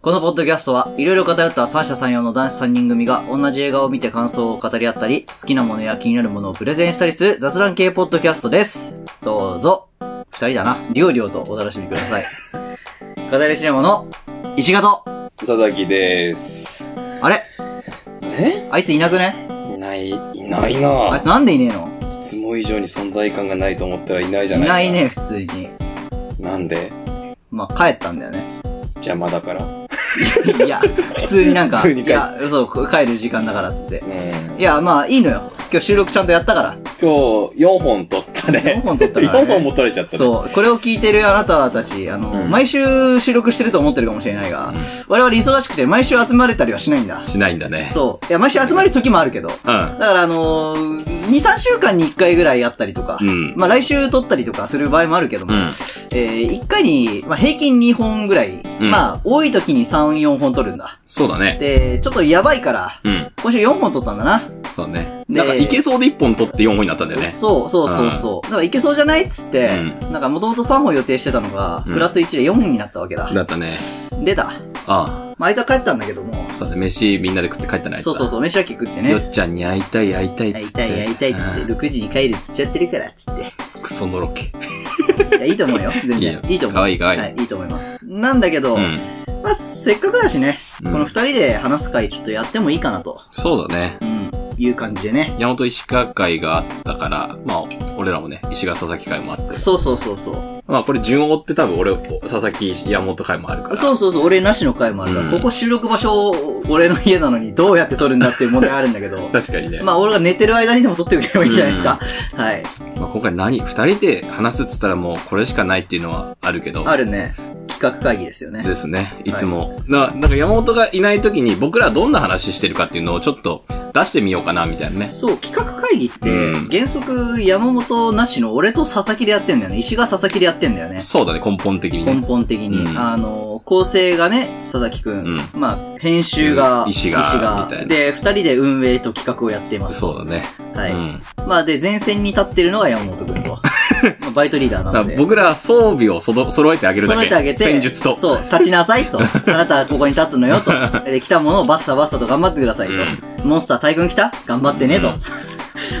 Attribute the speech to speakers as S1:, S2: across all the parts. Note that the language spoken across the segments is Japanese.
S1: このポッドキャストはいろいろ偏った三者三様の男子3人組が同じ映画を見て感想を語り合ったり、好きなものや気になるものをプレゼンしたりする雑談系ポッドキャストです。どうぞ、二人だな、りょうりょうとお楽しみください。語りシネマの石形。
S2: 佐々木です。
S1: あれ
S2: え
S1: あいついなくね
S2: いない、いない
S1: あ
S2: ない
S1: つなんでいねえの
S2: いつも以上に存在感がないと思ったらいないじゃ
S1: い
S2: ないか
S1: ないね、普通に。
S2: なんで
S1: まあ、帰ったんだよね。
S2: 邪魔だから。う
S1: いや、普通になんか、
S2: 普通に
S1: い
S2: 帰る
S1: や、嘘、帰る時間だからっつって。
S2: ん。
S1: いや、まあ、いいのよ。今日収録ちゃんとやったから。
S2: 今日、4本撮っ
S1: 4
S2: たね。
S1: 本撮ったから、ね。
S2: 4本も撮れちゃったね。
S1: そう。これを聞いてるあなたたち、あの、
S2: うん
S1: 毎週収録してると思ってるかもしれないが、我々忙しくて毎週集まれたりはしないんだ。
S3: しないんだね。
S1: そう。いや、毎週集まる時もあるけど。だ
S3: うん。
S1: から、あのー、2、3週間に1回ぐらいあったりとか、
S3: うん。
S1: まあ来週撮ったりとかする場合もあるけども、
S3: うん。
S1: えー、1回に、まあ平均2本ぐらい、
S3: うん
S1: まあ多い時に3、4本撮るんだ。
S3: そうだね。
S1: で、ちょっとやばいから、
S3: うん。
S1: 今週4本撮ったんだな。
S3: そうだね。
S1: で
S3: なんか、いけそうで1本取って4本になったんだよね。
S1: そうそうそうそう。だからいけそうじゃないっつって、なんかもともと3本予定してたのが、
S3: うん
S1: プラス1で4本になったわけだ。
S3: だったね。
S1: 出た。
S3: あ
S1: まあ、あいつは帰ったんだけども
S3: あ。、そうだね。飯みんなで食って帰ったね、あいつ
S1: そう
S3: は
S1: そうそう、飯は聞くって
S3: よ
S1: ね。
S3: っちゃんに会いたい、会いたいっ
S1: 会い
S3: つって。
S1: たい、会いたいっつって、
S3: うん。
S1: 6時に帰るっつっちゃってるからっつって。
S3: クソのろけ。
S1: いや、いいと思う よ。全
S3: いい
S1: 然
S3: よ。
S1: いいと思う。
S3: かわいいかわいい
S1: はい、いいと思います。なんだけど、
S3: うん。
S1: まあ、せっかくだしね、
S3: うん
S1: この2人で話す会ちょっとやってもいいかなと、
S3: そうだね。
S1: うん、いう感じでね。
S3: 山本石川会があったから、まあ、俺らもね、石川佐々木会もあって。
S1: そうそうそうそう。
S3: まあ、これ順を追って多分俺、佐々木、山本会もあるから。
S1: そうそうそう、俺なしの会もあるから、
S3: うん
S1: ここ収録場所、俺の家なのにどうやって撮るんだっていう問題あるんだけ ど。
S3: 確かにね。ま
S1: まあ、俺が寝てる間にでも撮っておけばいいんじゃないですか。はい。
S3: あ、今回何二人で話すっつったらもうこれしかないっていうのはあるけど。
S1: あるね。企画会議ですよね。
S3: ですね。いつも。な、なんか山本がいない時に僕らどんな話してるかっていうのをちょっと出してみようかな、みたいなね。
S1: そう、企画会議って、
S3: うん
S1: 原則山本なしの俺と佐々木でやってんだよね。石が佐々木でやってんだよね。
S3: そうだね、根本的に
S1: 根
S3: ね。
S1: 本的に。
S3: うん
S1: あの、構成がね、佐々木くん。
S3: うん
S1: まあ、編集が、
S3: うん石がみたいな
S1: で、二人で運営と企画をやっています。
S3: そうだね。
S1: はい。
S3: うん。
S1: まあ、で、前線に立ってるのが山本くん と。まあバイトリーダー
S3: だ
S1: な
S3: から
S1: ので。
S3: 僕ら装備をそど揃えてあげるだ
S1: 揃
S3: け。
S1: えてあげて、
S3: 戦術と。
S1: そう、立ちなさい と。あなたはここに立つのよと。で、来たものをバッサバッサと頑張ってくださいと。モンスター大群来た頑張ってねと。
S3: うん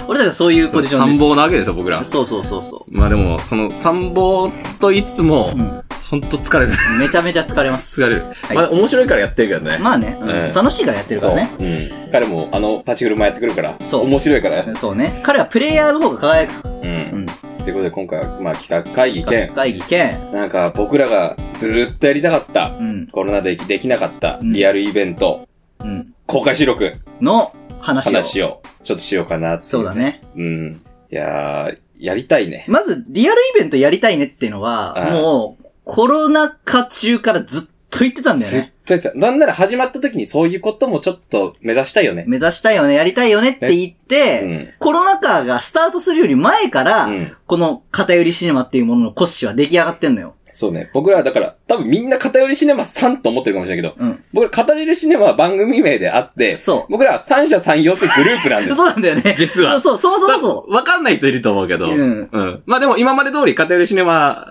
S1: 俺たちはそういうポジションで
S3: 参
S1: す。
S3: 謀なわけですよ、僕ら。
S1: そうそうそうそ
S3: まあでも、その参謀と言いつつも
S1: う。う、ん。
S3: ほんと疲 れる。
S1: めちゃめちゃ疲れます。
S3: 疲れる。
S1: い
S3: まあ面白いからやってるけどね。
S1: まあね、うん
S2: ええ
S1: 楽しいからやってるか
S2: そう。
S1: らね。
S2: うん彼も、あの、立ち車やってくるから。
S1: そう
S2: 面白いから。
S1: そうね。彼はプレイヤーの方が輝く。
S2: う。
S1: うんん。
S2: ということで、今回は、まあ、企画会議兼、
S1: 会議兼。
S2: なんか、僕らがずーっとやりたかった、
S1: うん。
S2: コロナでできなかった、
S1: うん
S2: リアルイベント、
S1: うん。
S2: 公開収録、
S1: の話を。
S2: 話を、ちょっとしようかなってい
S1: そうだ。ね。
S2: うん。いやー、やりたいね。
S1: まず、リアルイベントやりたいねっていうのは、
S2: うん
S1: もう、コロナ禍中からずっと言ってたんだよ
S2: ず
S1: ね
S2: っ。とやってた。なんなら始まった時にそういうこともちょっと目指したいよね。
S1: 目指したいよね、やりたいよねって言って、
S2: うん。
S1: コロナ禍がスタートするより前から、
S2: うん。
S1: この偏りシネマっていうものの骨子は出来上がってんのよ。
S2: そうね。僕らはだから、多分みんな偏りシネマ3と思ってるかもしれないけど、
S1: うん。
S2: 僕ら偏りシネマは番組名であって、
S1: そ
S2: 僕らは三者三様ってグループなん
S1: う。
S2: です。
S1: そうなんだよね。
S3: 実は
S1: そう、そう、そもそもそ
S3: わかんない人いると思うけど。
S1: うん
S3: まあでも今まで通り偏りシネマ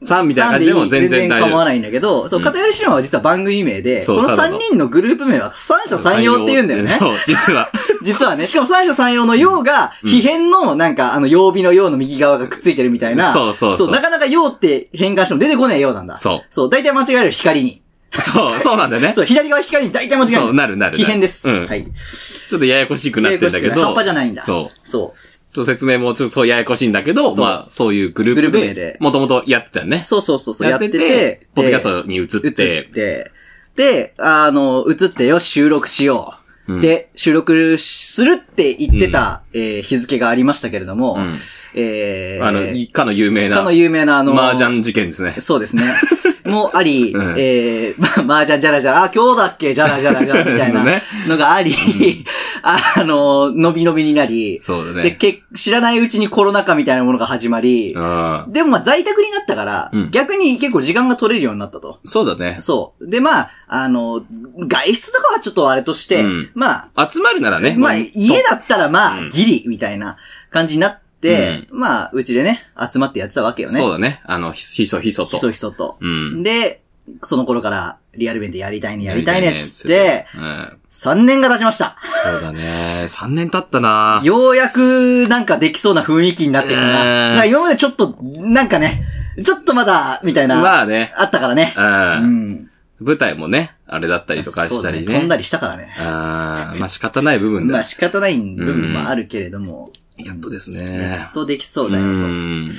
S3: さん
S1: う。
S3: みたいな感じでも
S1: 三でい
S3: 全
S1: い
S3: 然大
S1: 構わ
S3: 丈
S1: ないんだけど、そう、
S3: うん
S1: 偏りシネマは実は番組名で、
S3: そう
S1: この
S3: ただ
S1: 3
S3: の
S1: 人のグループ名は三者
S3: 夫。
S1: 三様って言うんだよね。
S3: そう、実は。
S1: 実はね、しかも三者三様の陽が、
S3: うん
S1: 非変の、なんか、あの、曜日の陽の右側がくっついてるみたいな。
S3: そうそうそう
S1: なかなか陽って変換しても出てこない陽なんだ。。
S3: そう
S1: そう、大体間違える光に。
S3: そう、そうなんだよね。
S1: そう、左側光に大体間違える。
S3: そう、なるなる。
S1: 非変です。
S3: うん。
S1: はい。
S3: ちょっとややこしくなってんだけ
S1: ややこしくない
S3: ど。
S1: 葉っぱじゃないんだ
S3: そう。ちょ
S1: そ
S3: っと説明もちょっとそうややこしいんだけど、
S1: そう
S3: まあ、そういうグループ
S1: グループ名で
S3: で、もともとやってたよね
S1: う。。そうそうそうそう、や
S3: や
S1: っ
S3: ってて
S1: て
S3: て、、ポッドキャス
S1: で
S3: トに移っ、
S1: 移ってて、で、あの、移ってよ、収録しよう。
S3: うん
S1: で、収録するって言ってた、えー日付がありましたけれども、
S3: うん
S1: えー、
S3: あの、かの有名な、
S1: かの有名なあの、
S3: 麻雀事件ですね。
S1: そうですね。もあり、
S3: うん
S1: えー、 ま、麻雀じゃらじゃら、あ、今日だっけじゃらじゃらじゃら、みた いな
S3: ね
S1: のがあり、 あの、伸び伸びになり、
S3: そうだ
S1: で、
S3: ね。
S1: け、知らないうちにコロナ禍みたいなものが始まり、
S3: うん。
S1: でもまあ在宅になったから、
S3: うん
S1: 逆に結構時間が取れるようになったと。
S3: そうだね。
S1: そう。でまあ、あの、外出とかはちょっとあれとして、
S3: うん
S1: ま
S3: 集まるなら
S1: あ、
S3: ね。
S1: まあ家だったらま
S3: う
S1: あ、
S3: ん
S1: ギリ、みたいな感じになって、まあ、うちでね、集まってやってたわけよね。
S3: そうだね。あの、ひひそひそと。
S1: ひそひそと。
S3: うん。
S1: で、その頃から、リアルイベントやりたいね、やりたいね、っつっ
S3: やり
S1: て、
S3: たいねっつって。うん。
S1: 3年が経ちました。
S3: そうだね。3年経ったな
S1: ようやく、なんかできそうな雰囲気になってきたな。
S3: う
S1: な
S3: ん
S1: んか今までちょっと、なんかね、ちょっとまだ、みたいな、
S3: まあね。
S1: あったからね。う
S3: うん。
S1: ん。
S3: 舞台もね、あれだったりとか
S1: そ
S3: し
S1: うだ
S3: たり
S1: 飛んだ
S3: ね。
S1: りしたからね。
S3: あーまあ仕方ない部分
S1: ま
S3: だ
S1: あ。仕方ない部分もあるけれども、
S3: やっとです
S1: や
S3: ね
S1: っ。とできそう
S3: う
S1: だよと。
S3: ん。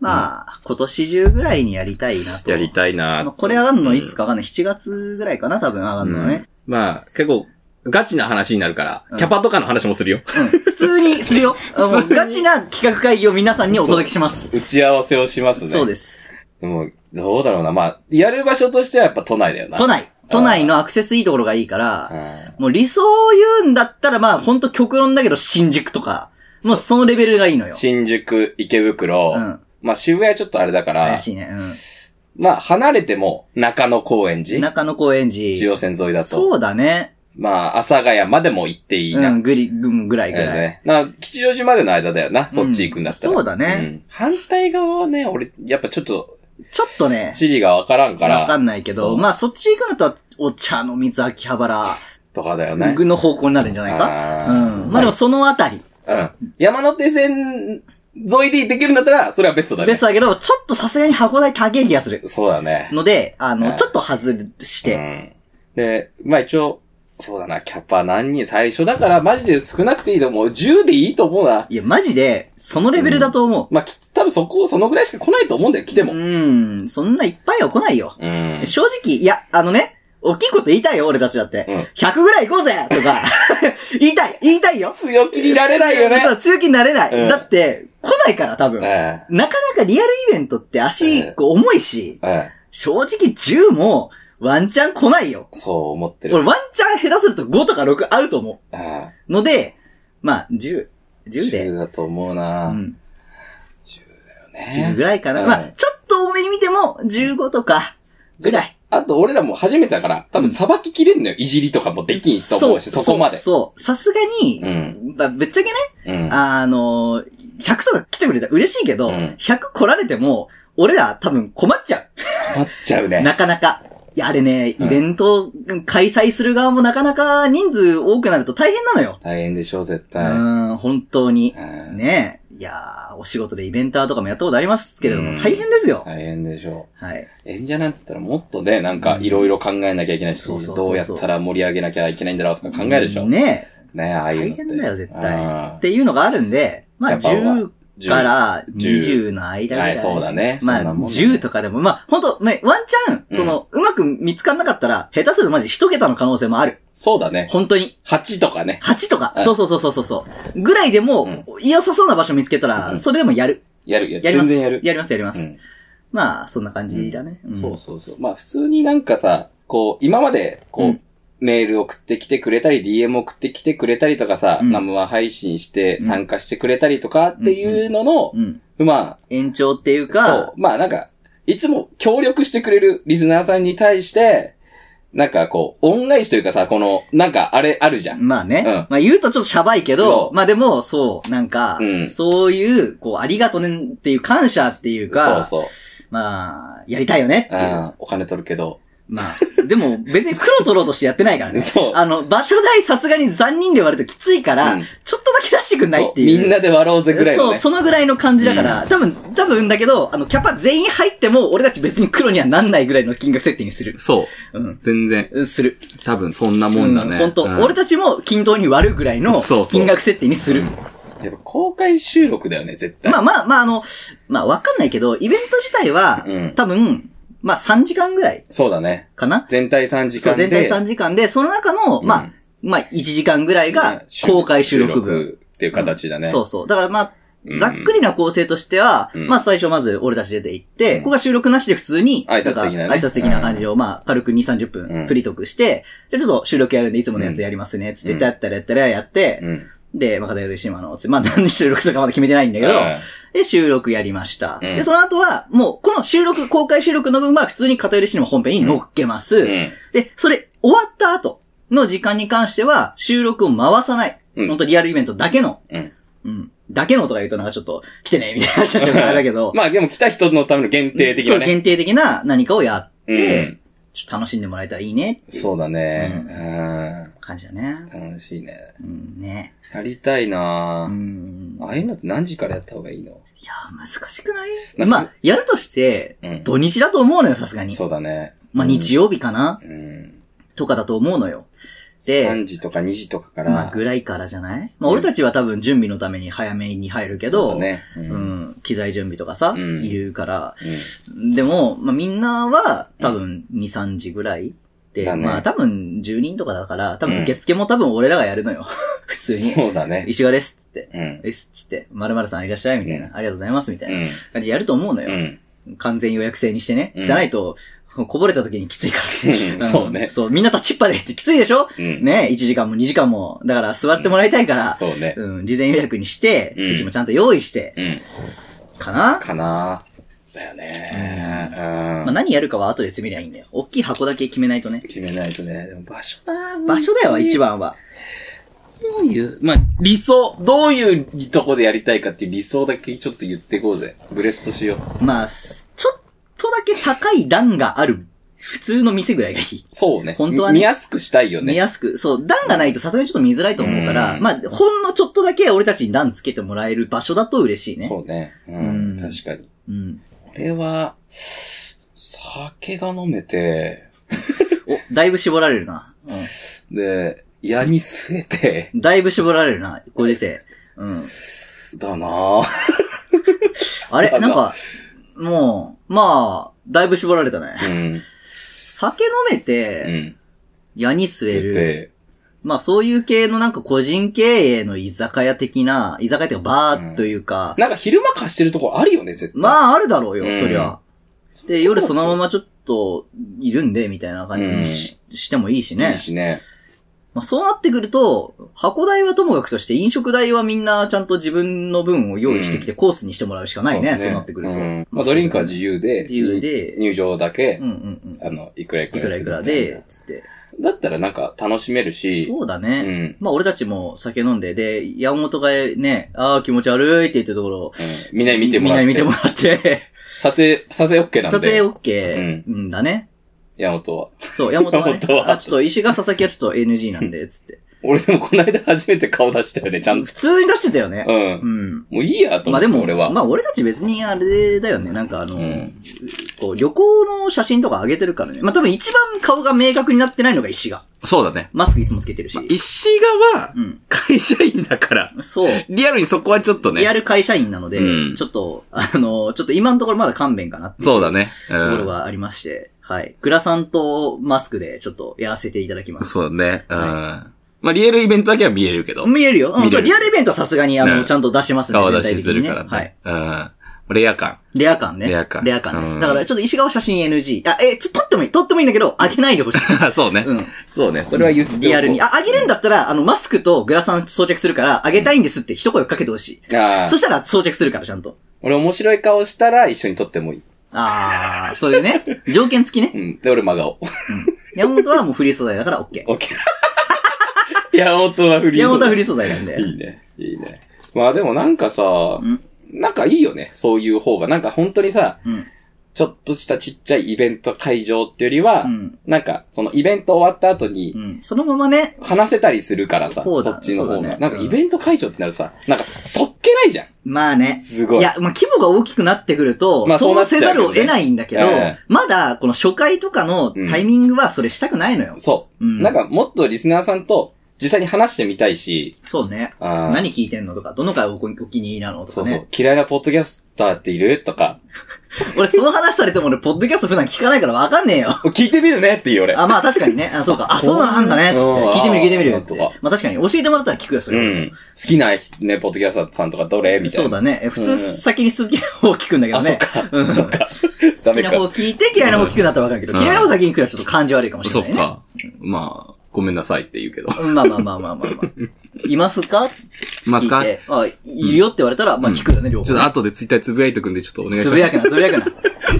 S1: まあ、今年中ぐらいにやりたいなと。
S3: やりたいな
S1: まあこれ上がるのいつかわかんない。7月ぐらいかな、多分上がるのはね。
S3: まあ、結構、ガチな話になるから、キャパとかの話もするよ。
S1: うん普通にするよ。あもうガチな企画会議を皆さんにお届けします。
S2: 打ち合わせをしますね。。
S1: そうですす。
S2: でも、どうだろうな。まあ、やる場所としてはやっぱ都内だよな。
S1: 都内。都内のアクセスいいところがいいから、
S2: 内。
S1: もう理想を言うんだったら、まあ、ほんと極論だけど、新宿とか。もうそのレベルがいいのよ。
S2: 新宿、池袋、
S1: うん
S2: まあ渋谷ちょっとあれだから
S1: 怪、しいね。
S2: まあ離れても中野公園
S1: うん。
S2: 寺、
S1: 中野公園
S2: 中央
S1: 寺。
S2: 線沿いだと、
S1: そうだね。
S2: まあ阿佐ヶ谷までも行っていいな。
S1: うん、ぐり、うんぐらいぐ
S2: だよ
S1: らい。
S2: ね。な、吉祥寺までの間だよな、そっち行くんだったら。
S1: うんそうだね
S2: ん反対側はね、俺、やっぱちょっと、
S1: ちょっとね。
S2: 地理がわからんから、
S1: わかんないけ
S2: そ
S1: ど、
S2: う
S1: まあそっち行くのとは、お茶の水秋葉原
S2: とかだよね。
S1: の方向になるんじゃないか。
S2: あー
S1: うん。まあでもそのあたり。
S2: うん。山手線沿いでできるんだったら、それはベストだね。
S1: ベストだけど、ちょっとさすがに箱代高い気がする。
S2: そうだね。
S1: ので、あ
S2: う
S1: の、
S2: ん
S1: ちょっと外し
S2: う
S1: て。
S2: ん。で、まあ一応、そうだな、キャパ何人、最初だから、マジで少なくていいと思う。10でいいと思うな。
S1: いや、マジで、そのレベルだと思
S2: まあ、き多分そこ、そのぐらいしか来ないと思うんだよ、来て
S1: う。
S2: も。
S1: うん、そんないっぱいは来ないよ。
S2: うん
S1: 正直、いや、あのね、大きいこと言いたいよ、俺たちだって
S2: うん。
S1: 100ぐらい行こうぜと か、言いたい言いたいよ
S2: 強気になれないよね。
S1: そう強気になれない。
S2: うん
S1: だって、来ないから、多分。
S2: え
S1: なかなかリアルイベントって
S2: う
S1: 足
S2: ん、
S1: こう重いし、
S2: え、ええ、
S1: 正直10もワンチャン来ないよ。
S2: そう思って
S1: 俺
S2: る。
S1: ワンチャン下手すると5とか6あると思
S2: ええ
S1: う。ので、まあ、10、10で。
S2: 10だと思う
S1: う
S2: な、
S1: ん。
S2: ね
S1: 10ぐらいかな。
S2: うん
S1: まあ、ちょっと多めに見ても、15とか、ぐらい。
S2: あと俺らも初めてだから、多分さばききれんのよ。いじりとかもできんと思うし、そこまで。
S1: そう。さすがに
S2: う、ん。
S1: まあ、ぶっちゃけね、
S2: うん。
S1: あのー、100とか来てくれたら嬉しいけど、
S2: うん
S1: 100来られても、俺ら多分困っちゃう。
S2: 困っちゃうね。
S1: なかなか。いや、あれね、イ
S2: うん
S1: ベント開催する側もなかなか人数多くなると大変なのよ。
S2: 大変でしょう、絶
S1: う
S2: 対。
S1: ん、本当に。
S2: うん
S1: ねえ。いやー、お仕事でイベンターとかもやったことありますけれど
S2: うん
S1: も、大変ですよ。
S2: 大変でしょ
S1: はい。
S2: う。演者なんつったらもっとね、なんかいろいろ考えなきゃいけないし、
S1: そうそうそうそう
S2: どうやったら盛り上げなきゃいけないんだろうとか考えるでしょ。ね
S1: ねえ。
S2: ああい
S1: 大
S2: うのって。
S1: 変だよ、絶
S2: うん
S1: 対。っていうのがあるんで、まあ、
S2: キャパは
S1: 10から
S2: 10
S1: 20の間ぐら。
S2: はいい、そうだね。
S1: ま
S2: そ
S1: あ、
S2: んなもんだね
S1: 10とかでも、まあ、ほんと、ねワンチャン、その、うまく見つかんなかったら、下手するとマジ一桁の可能性もある。
S2: そうだね。
S1: 本当に。
S2: 8とかね。
S1: 8とか、
S2: うん
S1: そうそうそうそうそうそう。ぐらいでも、良さそうな場所見つけた
S2: う
S1: ら、
S2: ん
S1: それでもやる。
S2: やる、やる。
S1: やりま
S2: 全
S1: す。
S2: 然やる。
S1: やります、やりま
S2: う
S1: す。
S2: ん
S1: まあ、そんな感じだね。ん
S2: そうそうそう。まあ普通になんかさ、こう、今まで、こう、
S1: うん
S2: メール送ってきてくれたり、DM 送ってきてくれたりとかさ、
S1: うん
S2: 生配信し
S1: う
S2: て
S1: ん
S2: 参加してくれたりとかっていうのの、
S1: うん。
S2: ま
S1: 延長っていう
S2: あ、そう
S1: か、、
S2: まあなんか、いつも協力してくれるリスナーさんに対して、なんかこう、恩返しというかさ、この、なんかあれあるじゃん。
S1: まあね
S2: うん。
S1: まあ言うとちょっとしゃばいけ
S2: そ
S1: ど、
S2: う
S1: まあでも、そう、なんか
S2: う、ん
S1: そういう、こう、ありがとねっていう感謝っていうか、
S2: そうそう。
S1: まあ、やりたいよねって
S2: う
S1: いう。
S2: ん、お金取るけど。
S1: まあ、でも別に黒取ろうとしてやってないからね。
S2: そう
S1: あの、場所代さすがに残忍で割るときついから
S2: うん、
S1: ちょっとだけ出してくんないっていう。
S2: そうみんなで笑おうぜぐらいの、ね。
S1: そう、そのぐらいの感じだから、多分、多分だけど、あの、キャパ全員入っても、俺たち別に黒にはなんないぐらいの金額設定にする。
S3: そう。
S1: うん。
S3: 全然。
S1: うんする。
S3: 多分そんなもんだね。
S1: 本当、
S3: うん
S1: 俺たちも均等に割るぐらいの
S3: そうそう
S1: 金額設定にする。
S2: やっぱ公開収録だよね、絶対。
S1: まあまあまあ、あの、まあわかんないけど、イベント自体は、
S2: うん
S1: 多分、まあ3時間ぐらい
S2: そうだね。
S1: かな
S2: 全体3時
S1: そ
S2: 間
S1: う、
S2: で。
S1: 全体3時間で、その中の、
S2: うん
S1: まあ、まあ1時間ぐらいが公開収録分。
S2: っていう形だね。
S1: そうそう。だからまあ
S2: う、ん
S1: ざっくりな構成としては、
S2: うん
S1: まあ最初まず俺たち出て行って、
S2: うん
S1: ここが収録なしで普通に、
S2: 挨拶的なね
S1: んか挨拶的な感じを、まあ軽く2、30
S2: う
S1: 分
S2: ん
S1: フリートークして、でちょっと収録やるんでいつものやつやりますね、つってやったらやったらやって、
S2: うん。
S1: で、まあ片寄り島の、つまあ何収録するかまだ決めてないんだけど、で収録やりました。
S2: うん
S1: で、その後は、もうこの収録、公開収録の分は普通に片寄り島本編に乗っけます。
S2: うん。
S1: で、それ終わった後の時間に関しては収録を回さない。
S2: うん
S1: 本当リアルイベントだけの。
S2: うん
S1: うん。だけのとか言うとなんかちょっと来てね、みたいな話 になっちゃうからあれだけど。
S2: まあでも来た人のための限定的
S1: そ
S2: な
S1: う、
S2: ね。
S1: 限定的な何かをやって、ちょっと楽しんでもらえたらいいねっていう
S2: そうだね。
S1: う
S2: う
S1: 感じだね。
S2: ん。楽しいね。
S1: うん、ね。
S2: やりたいな
S1: う
S2: ぁ
S1: ん。
S2: ああいうのって何時からやった方がいいの
S1: いやー、難しくない
S2: なん
S1: ま
S2: か
S1: あ、やるとして、
S2: うん。
S1: 土日だと思うのよ、さすがに。
S2: そうだね。
S1: まあ、日
S2: 曜。
S1: 曜日かな
S2: うん。
S1: とかだと思うのよ。で
S2: 3時とか2時とかから。
S1: まあ、ぐらいからじゃないまあ、俺たちは多分準備のために早めに入るけ
S2: そ
S1: ど、
S2: うだね。う。
S1: うんん、機材準備とかさ、
S2: うん
S1: いるから。
S2: う
S1: でも、まあ、みんなは多分2、3時ぐらいで、
S2: だね
S1: まあ、多分10人とかだから、多
S2: う
S1: 分
S2: ん
S1: 受付も多分俺らがやるのよ。 普通
S2: ん。
S1: に。
S2: そうだね。
S1: 石川ですっつって。
S2: うん。
S1: ですっつって、〇〇さんいらっしゃいみたいな、
S2: うん。
S1: ありがとうございますみたいうなん感じでやると思うの
S2: う
S1: よ。
S2: ん。
S1: 完全予約制にしてね。
S2: うん
S1: じゃないと、こぼれた時にきついから。
S2: うんそうね
S1: そう、みんな立ちっぱでってきついでしょ
S2: うん。。
S1: ね、1時間も2時間も。だから座ってもらいたいから、
S2: そうね。
S1: うん、事前予約にして、
S2: うん
S1: 席もちゃんと用意して、
S2: うん。
S1: かな、
S2: かなぁだよねうん。
S1: まあ、何やるかは後で決めりゃいいんだよ。大きい箱だけ決めないとね。
S2: 決めないとね。でも場所な
S1: 場所だよ、一。番は。
S2: どういう、まあ、理想、どういうとこでやりたいかっていう理想だけちょっと言ってこうぜ。ブレストしよう。
S1: まあ、すちょっとだけ高い段がある、普通の店ぐらいがいい。
S2: そうね。
S1: 本当はね
S2: 見やすくしたいよ
S1: 見
S2: ね。
S1: やすく。そう、段がないとさすがにちょっと見づらいと思うから、
S2: うん
S1: まあ、ほんのちょっとだけ俺たちに段つけてもらえる場所だと嬉しいね。
S2: そうね。う。
S1: うんん
S2: 確かに。
S1: うん。
S2: 俺は、酒が飲めて、
S1: お、だいぶ絞られるな。う
S2: で、矢に据えて、
S1: ん。だいぶ絞られるな、ご時世。うん。
S2: だなぁ。
S1: あれ
S2: なん
S1: な
S2: だ
S1: んか、もう、まあ、だいぶ絞られたね。
S2: うん。
S1: 酒飲め
S2: う
S1: て、
S2: ん。
S1: 矢に据える。
S2: で、
S1: まあそういう系のなんか個人経営の居酒屋的な、居酒屋っていうかバーというか、
S2: なんか昼間貸してるとこあるよね、絶対。
S1: まああるだろうよ、
S2: うん
S1: そりゃ。
S2: そういう
S1: で、
S2: とこ
S1: 夜そのままちょっといるんで、みたいな感じにし,、してもいいしね。
S2: いいしね。
S1: まあそうなってくると、箱代はともかくとして飲食代はみんなちゃんと自分の分を用意してきてコースにしてもらうしかないね、そうなってくると。
S2: うんまあドリンクは自由で、
S1: 自由で
S2: 入場だけ
S1: うん、うんうん。
S2: あの、いくらいく
S1: い
S2: ら
S1: くらい
S2: するみ
S1: く
S2: たいな
S1: らで、つって。
S2: だったらなんか楽しめるし、
S1: そうだね。
S2: うん
S1: まあ俺たちも酒飲んで、で、山本がね、ああ気持ち悪いって言ってるところ、
S2: うんみんなに見てもらって。
S1: みんなに見てもらって。
S2: 撮影、撮影 OK なんで。
S1: 撮影 OK
S2: う
S1: うんだね。
S2: 山本は。
S1: そう、山本は、ね
S2: 山、本は
S1: あちょっと石が佐々木はちょっと NG なんで、つ って。
S2: 俺でもこの間初めて顔出したよね、ちゃんと。
S1: 普通に出してたよね
S2: う。ん
S1: う。ん。
S2: もういいやと
S1: ま
S2: 思
S1: あ
S2: って、
S1: でも、
S2: 俺は。
S1: まあ俺たち別にあれだよね。なんかあの、
S2: うん
S1: こう旅行の写真とか上げてるからね。まあ多分一番顔が明確になってないのが石が。
S3: そうだね。
S1: マスクいつもつけてるし。
S3: 石川は
S1: う、ん。
S3: 会社員だから、
S1: そう。
S3: リアルにそこはちょっとね。
S1: リアル会社員なので、
S3: うん
S1: ちょっと、あの、ちょっと今のところまだ勘弁かなっていう
S3: そうだね。
S1: と
S3: う
S1: ころ
S3: ん。
S1: がありまして、はい。グラさんとマスクでちょっとやらせていただきます。
S3: そうだね。うん。まあ、リアルイベントだけは見えるけど。
S1: 見えるよ。うん、
S3: 見れる
S1: そう、リアルイベントはさすがに、あの、
S3: ね
S1: ちゃんと出しますね。
S3: 顔出
S1: 全体
S3: し
S1: 的
S3: す
S1: に
S3: る
S1: ね
S3: からね。
S1: はい。
S3: うん。レア感。
S1: レア感ね。
S3: レア感
S1: レア感です。
S3: うん
S1: だから、ちょっと石川写真 NG。あ、え、ちょ、撮ってもいい。撮ってもいいんだけど、あげないでほ しい。
S3: そうね、
S1: うん。
S3: そうね。それは言っておこう
S1: リアルに。あ、あげるんだったら、あの、マスクとグラサン装着するから、あげたいんですって一声かけてほしい。
S2: ああ
S1: そしたら装着するから、ちゃんと。
S2: 俺面白い顔したら一緒に撮ってもいい。
S1: あー、そういうね。条件付き
S2: う
S1: ね。
S2: ん。で、俺真顔。
S1: うん。山本はもうフリー素材だから、OK。
S2: OK。山本はフリー
S1: 山本はフ
S2: リ
S1: リー素材なんで。
S2: いいね。いいね。まあでもなんかさ
S1: うん、
S2: なんかいいよね。そういう方が。なんか本当にさ、
S1: うん。
S2: ちょっとしたちっちゃいイベント会場っていうより
S1: う
S2: は、
S1: ん。
S2: なんか、そのイベント終わった後に
S1: う、ん。そのままね、
S2: 話せたりするからさ、
S1: そ
S2: そう
S1: だ
S2: っちの方
S1: そうだね
S2: が。なんかイベント会場ってなるとさ、なんか、そっけないじゃん。
S1: まあね。
S2: すごい。
S1: や、まあ、規模が大きくなってくると、
S2: まあ
S1: そう
S2: そうなっちゃ
S1: せ
S2: うよね
S1: ざるを得ないんだけど、
S2: ええ
S1: まだ、この初回とかのタイミングはそれしたくないのよ。
S2: そう、
S1: うん
S2: なんか、もっとリスナーさんと実際に話してみたいし、
S1: そうね。
S2: あー
S1: 何聞いてんのとか、どの回お気に入りなのと
S2: そ
S1: か
S2: うそう、
S1: ね。
S2: 嫌いなポッドキャスターっているとか、
S1: 俺、その話されても俺、ポッドキャスト普段聞かないからわかんねえよ。
S2: 聞いてみるねっていう俺。
S1: あ、まあ確かにね。あ、そうか。あ、そうなのあんだね。つって。
S2: うん
S1: 聞いてみる、聞いてみるよ。
S2: あ
S1: って
S2: とか
S1: まあ確かに、教えてもらったら聞くよ、そうれ。
S2: ん。好きな、ね、ポッドキャスターさんとかどれみたいな。
S1: そうだね。え普
S2: う
S1: 通、
S2: ん
S1: 先に鈴木の方を聞くんだけど
S2: あ、そっ
S1: ね。
S2: か。
S1: うん
S2: そっか。
S1: 好
S2: ダ
S1: き
S2: メ
S1: な
S2: か
S1: 方。聞いて、嫌いな方聞くなったらわかるけど、
S3: うん
S1: 嫌いな方先に聞くのはちょっと感じ悪いかもし
S3: そ
S1: れ
S3: っ
S1: ないね。
S3: か。まあ、ごめんなさいって言うけど。
S1: うんまあまあまあまあまあまあ。いますか
S3: ますか
S1: 聞い
S3: ち
S1: てあ、いるよって言われたら、まあ聞くよね、両
S3: ょっ
S1: 方
S3: と。後でツイッターつぶやいとくんで、ちょっとお願いし
S1: つ
S3: ま
S1: ぶやく
S3: す。
S1: な、つぶやくな。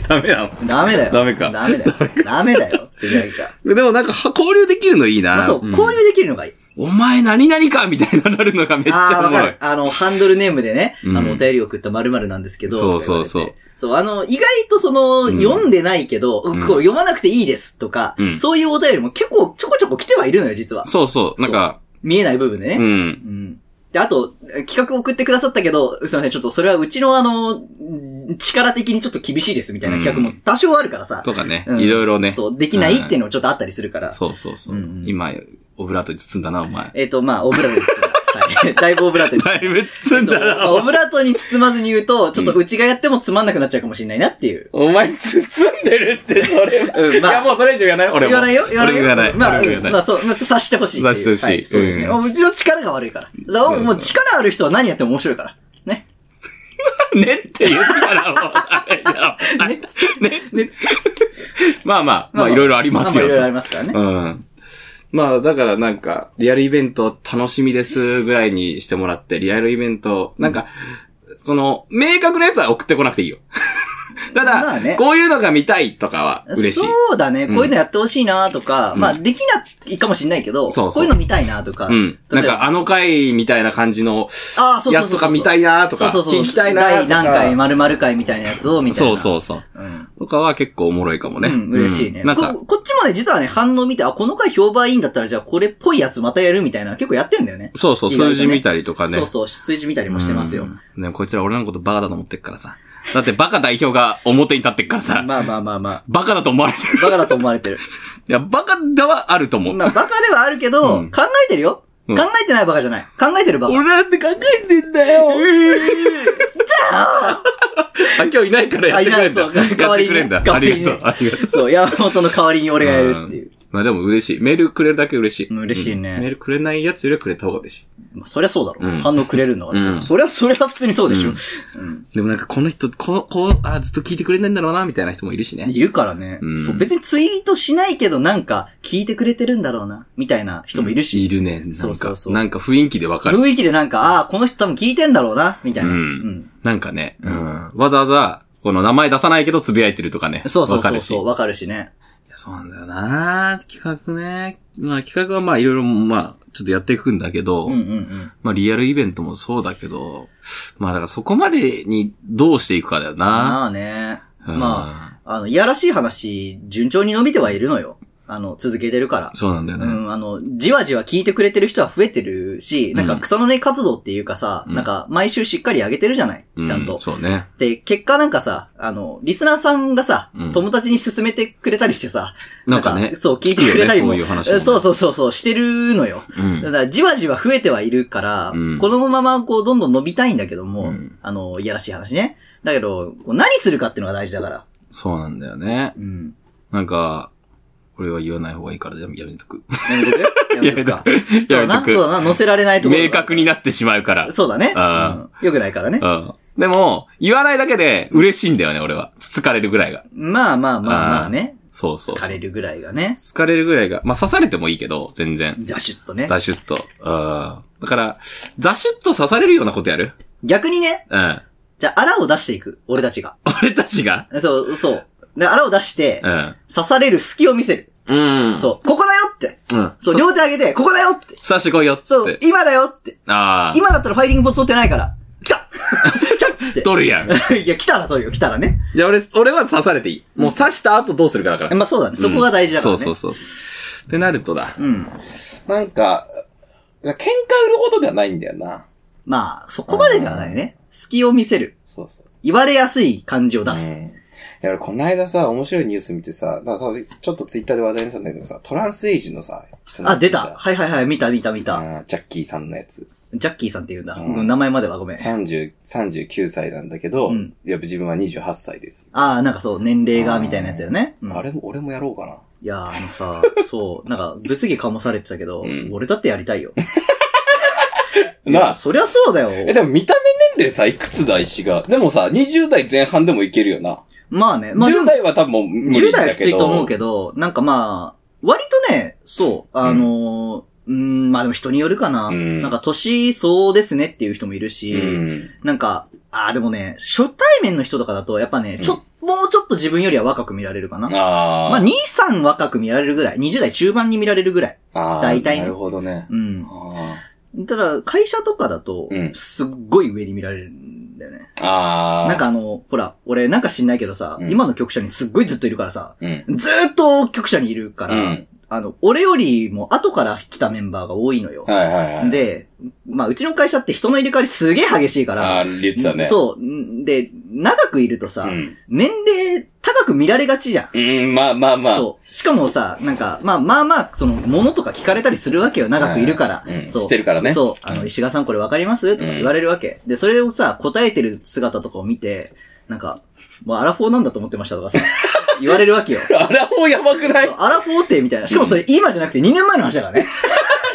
S3: ダメなの
S1: ダメだよ。
S3: ダメか
S1: ダメだよ。ダメだよ。つぶやきゃ。
S3: でもなんか、は交流できるのいいな。
S1: まあそう、
S3: ん
S1: 交流できるのがいい。
S2: お前何々かみたいななるのがめっち
S1: ああ、
S2: ゃ
S1: わ
S2: おも
S1: か
S2: ろい
S1: る。。あの、ハンドルネームでね、
S2: うん
S1: あの、お便りを送った〇〇なんですけど、
S2: そうそうそう
S1: とか言われて。そう、あの、意外とその、
S2: うん
S1: 読んでないけど、
S2: ん
S1: こう読まなくていいですとか、
S2: うん
S1: そういうお便りも結構ちょこちょこ来てはいるのよ、実は。
S2: そうそう。なんか、
S1: 見えない部分で
S2: う
S1: ね。
S2: ん。
S1: うん。で、あと、企画送ってくださったけど、すいません、ちょっとそれはうちのあの、うん力的にちょっと厳しいですみたいな企画も多少あるからさ。
S2: とかね、
S1: うん
S2: いろいろね。
S1: そう、できないっていうのもちょっとあったりするから。
S2: そうそうそう。
S1: うんうん
S2: 今、オブラートに包んだな、お前。
S1: えっと、まあ、オブラートです。はい。 だいぶオブラートです。
S2: だいぶ包んだ
S1: ま
S2: な、
S1: あ
S2: お
S1: オ
S2: 前。
S1: ブラートに包まずに言うと、ちょっとうちがやってもつまんなくなっちゃうかもしれないなっていう。
S4: お前包んでるって、それは。
S1: うんまあ
S4: いや、もうそれ以上言わない俺
S1: 言
S4: も。
S1: わないよ言わないよ
S2: 俺も言わない
S1: まあ、
S2: 俺も言わない
S1: まあそう、まあ、察してほしいっていう。
S2: 察してほしい
S1: はそうですね。
S2: うん
S1: うちの力が悪いから。だからもう力ある人は何やっても面白いから。ね。
S2: ねって言ったら、お前。ねねまあまあ、まあいろいろありますよ
S1: まあいろいろあり
S2: と。
S1: ますからね。
S2: うん。まあ、だからなんか、リアルイベント楽しみですぐらいにしてもらって、リアルイベント、なんか、その、明確なやつは送ってこなくていいよ。 ただ、
S1: まあね
S2: こういうのが見たいとかは嬉しい。
S1: そうだね。こういうのやってほしいなとか、
S2: うん
S1: まあ、できないかもしれないけど、
S2: そうそう
S1: こういうの見たいなとか。
S2: うん。
S1: 例え
S2: なん
S1: ば
S2: か、あの回みたいな感じの、
S1: ああ、そうそう
S2: や
S1: そう
S2: つ
S1: そう。
S2: とか見たいなとか、
S1: そうそうそう。
S2: 聞きたいな
S1: 第
S2: と
S1: 何回
S2: か。
S1: 〇〇回みたいなやつをみたい
S2: そ
S1: な。。
S2: うそううそう。
S1: うん。
S2: とかは結構おもろいかもね。
S1: うん、嬉しいね、
S2: うんなんか
S1: こ。、こっちもね、実はね、反応見て、あ、この回評判いいんだったら、じゃあこれっぽいやつまたやるみたいな、結構やってんだよね。
S2: そうそう、
S1: 意外とね
S2: 数字見たりとかね。
S1: そうそう、数字見たりもしてますよ。
S2: うん。でもこいつら俺らのことバカだと思ってっからさ。だってバカ代表が表に立ってっからさ。
S1: まあまあまあま
S2: バカだと思われてる
S1: あ。。バカだと思われて る。
S2: いや、バカだはあると思う。
S1: まあ、バカではあるけど、
S2: うん
S1: 考えてるよ。
S2: う
S1: 考
S2: ん
S1: えてないバカじゃない。考えてるバカ。
S2: 俺だって考えてんだよ。あ、今日いないからやってくれんだ。
S1: あいないそう代
S2: やっ
S1: わりに
S2: てく
S1: ね
S2: れんだ。
S1: 代
S2: あ
S1: わり
S2: り
S1: に
S2: が
S1: ね
S2: とう。ありがとう。
S1: そう、山本の代わりに俺がやるっていう。
S2: まあでも嬉しい。メールくれるだけ嬉しい。
S1: 嬉しいね
S2: うんメールくれないやつよりはくれた方が嬉しい。
S1: まあ、そりゃそうだろ。
S2: うん
S1: 反応くれるんだからさ、
S2: うん
S1: そりゃ、そりゃ普通にそうでしょ。うん。
S2: でもなんかこの人、この、こう、あ、ずっと聞いてくれないんだろうな、みたいな人もいるしね。
S1: いるからね、
S2: うん
S1: そう。別にツイートしないけど、なんか、聞いてくれてるんだろうな、みたいな人もいるし。
S2: いるね。なんか、
S1: そうそうそう
S2: なんか雰囲気でわかる。
S1: 雰囲気でなんか、ああ、この人多分聞いてんだろうな、みたいな。
S2: うん
S1: うん。
S2: なんかね、うん。わざわざ、この名前出さないけど呟いてるとかね。
S1: そうそう
S2: わか
S1: そう
S2: るし。
S1: そう、わかるしね。
S2: いやそうなんだよな企画ね。まあ企画はまあいろいろ、まあ、ちょっとやっていくんだけど、
S1: うんうんうん。
S2: まあリアルイベントもそうだけど、まあだからそこまでにどうしていくかだよな。
S1: まあね。
S2: うん
S1: まあ、あの、いやらしい話、順調に伸びてはいるのよ。あの、続けてるから。
S2: そうなんだよね。
S1: うん、あの、じわじわ聞いてくれてる人は増えてるし、なんか草の根活動っていうかさ、
S2: うん
S1: なんか毎週しっかり上げてるじゃない、
S2: う
S1: ちゃんと。
S2: そうね。
S1: で、結果なんかさ、あの、リスナーさんがさ、
S2: うん
S1: 友達に勧めてくれたりしてさ、
S2: なんかね
S1: そう、聞いてくれたりも、
S2: いいよねそういう話もね
S1: そうそうそうそう、してるのよ。
S2: うん
S1: だ。から、じわじわ増えてはいるから、
S2: うん
S1: このまま、こう、どんどん伸びたいんだけども、
S2: うん
S1: あの、いやらしい話ね。だけど、こう何するかっていうのが大事だから。
S2: そうなんだよね。
S1: うん。
S2: なんか、これは言わない方がいいからやめやめ とく。
S1: やめとくやめとくか。
S2: や
S1: そうだな、
S2: め
S1: そう
S2: と
S1: だな、載せられない
S2: く。
S1: ところ。
S2: 明確に。なってしまうから。
S1: そうだね。
S2: あ
S1: うん。よくないからね
S2: う。ん。でも、言わないだけで嬉しいんだよね、俺は。つつかれるぐらいが。
S1: まあまあまあまあね。
S2: そうそうそう。
S1: 疲れるぐらいがね。
S2: 疲れるぐらいが。まあ、刺されてもいいけど、全然。
S1: ダシュッとね。
S2: ザシュッと。うん。だから、ザシュッと刺されるようなことやる
S1: 逆にね、
S2: うん。
S1: じゃあ、アラを出していく。俺たちが。
S2: 俺たちが。
S1: そう、そう。で、アラを出して、
S2: うん。
S1: 刺される隙を見せる。
S2: うん。
S1: そう、ここだよって。
S2: う。うん。
S1: そう、両手上げて、ここだよって。
S2: 刺してこいよっつっ
S1: そう
S2: て、。
S1: 今だよって。
S2: ああ。
S1: 今だったらファイティングポーズ取ってない から。来た来たっつ
S2: 取るやん。
S1: って。 いや、来たら取るよ、来たらね。
S2: じゃあ俺、俺は刺されていい。もう刺した後どうするかだから。
S1: まあそうだね。そこが大事だからね。
S2: そうそうそう。ってなるとだ。
S1: う。うん。
S4: なんか、喧嘩売るほどではないんだよな。
S1: まあ、そこまでじゃないね。隙を見せる。
S4: そうそう。
S1: 言われやすい感じを出
S4: う
S1: す。
S4: んいや、俺この間さ、面白いニュース見てさ、なんか多分ちょっとツイッターで話題にしたんだけどさ、トランスエイジのさ、人の
S1: あ、
S4: やつ
S1: 出
S4: 見
S1: た。はいはいはい、見た見た見
S4: あ
S1: た。
S4: ージャッキーさんのやつ。
S1: ジャッキーさんって言うんだ。
S4: うん
S1: うん名前まではごめん。あ
S4: 30、39歳なんだけど、
S1: うん
S4: いや、自分は28歳です。
S1: あー、なんかそう、年齢が、みたいなやつだよね。うん
S4: あれも、俺もやろうかな。
S1: いやー、あのさ、そう、なんか、物議かもされてたけど
S4: うん、
S1: 俺だってやりた いよ。
S4: なあ
S1: そりゃそうだ
S4: え、
S1: よ。
S4: でも見た目年齢さ、いくつだ、石が。でもさ、20代前半でもいけるよな。
S1: まあね。まあでも
S4: 10代は多分もう無
S1: 10
S4: 理だ
S1: 代
S4: けど。
S1: はきついと思うけど、なんかまあ、割とね、そう、あのー、うーん、まあでも人によるかな。
S4: うん
S1: なんか年そうですねっていう人もいるし、
S4: うん。
S1: なんか、ああ、でもね、初対面の人とかだと、やっぱね、
S4: ん
S1: ちょっともうちょっと自分よりは若く見られるかな。
S2: あ
S1: まあ、2、3若く見られるぐらい。20代中盤に見られるぐらい。
S2: あー
S1: 大体ね
S2: なるほどね。
S1: うん。
S2: あ
S1: ただ、会社とかだと
S2: う、ん
S1: すっごい上に見られるんだよね。
S2: ーあー。
S1: なんかあの、ほら、俺なんか知んないけどさ、
S2: うん
S1: 今の局者にすっごいずっといるからさ、
S2: うん。
S1: ずーっと局者にいるから、
S2: うん。
S1: あの、俺よりも後から来たメンバーが多いのよ。
S2: はいはいはい。、
S1: で、まあ、うちの会社って人の入れ替わりすげえ激しいから、
S2: あー、言ってたね。う。
S1: そう。んで、長くいるとさ、
S2: うん。
S1: 年齢高く見られがちじゃん。
S2: うん、まあまあまあ。
S1: そう。しかもさ、なんか、まあまあまあ、その、物とか聞かれたりするわけよ、長くいるから。
S2: はいうん
S1: そう。
S2: してるからね
S1: そう。あ
S2: う
S1: の、
S2: ん
S1: 石川さんこれわかりますとか言われるわけ。で、それをさ、答えてる姿とかを見て、なんか、もうアラフォーなんだと思ってましたとか さ、言われるわけよ。
S2: あら、もうやばくない
S1: アラフォーってみたいな。しかもそれ今じゃなくて2年前の話だからね。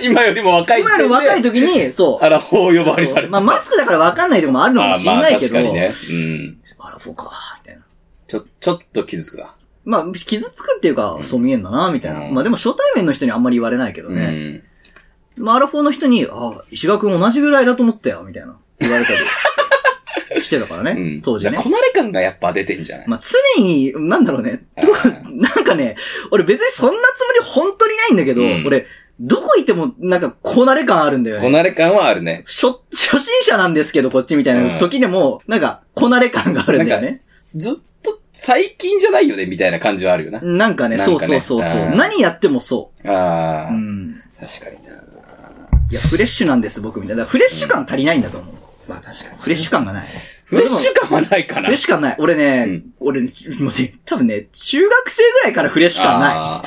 S2: 今よりも若い
S1: 今より若い時に、そう。
S2: あら、ほう呼ばわりさ
S1: そ
S2: れ
S1: う
S2: た。
S1: まあ、マスクだからわかんないとこもあるのかもし
S2: あ
S1: ん
S2: ーまあ
S1: ないけど、
S2: 確かにね。うん。
S1: アラフォーか、みたいな。
S2: ちょ、ちょっと傷つくな。
S1: まあ、傷つくっていうか、そう見えんだな、みたいな。
S2: うん
S1: まあでも初対面の人にあんまり言われないけど
S2: う
S1: ね。
S2: ん。
S1: まあ、アラフォーの人に、あ、石川くん同じぐらいだと思ったよ、みたいな。言われたりしてたから
S2: う
S1: ね
S2: ん。。
S1: 当時ね
S2: だから。こなれ感がやっぱ出てんじゃない
S1: まあ、常に、なんだろうね。
S2: あー
S1: なんかね、俺別にそんなつもり本当にないんだけど、
S2: うん
S1: 俺、どこ行っても、なんか、こなれ感あるんだよ
S2: こ
S1: ね。
S2: なれ感はあるね。
S1: 初、初心者なんですけど、こっちみたい
S2: うん
S1: な時でも、なんか、こなれ感があるんだよね。
S2: ずっと最近じゃないよね、みたいな感じはあるよな。
S1: なんかね、
S2: なん
S1: そう
S2: か
S1: そ
S2: ね
S1: うそうそう。
S2: うん
S1: 何やってもそ
S2: あ
S1: う。
S2: あ、
S1: うん。
S2: 確かにな。
S1: いや、フレッシュなんです、僕みたいな。だからフレッシュ感足りないんだと思う。
S2: まあ確かに。
S1: フレッシュ感がない。
S2: フレッシュ感はないかな。
S1: フレッシュ感ない。俺ね、
S2: うん
S1: 俺、もうね、多分ね、中学生ぐらいからフレッシュ感ない。
S2: あ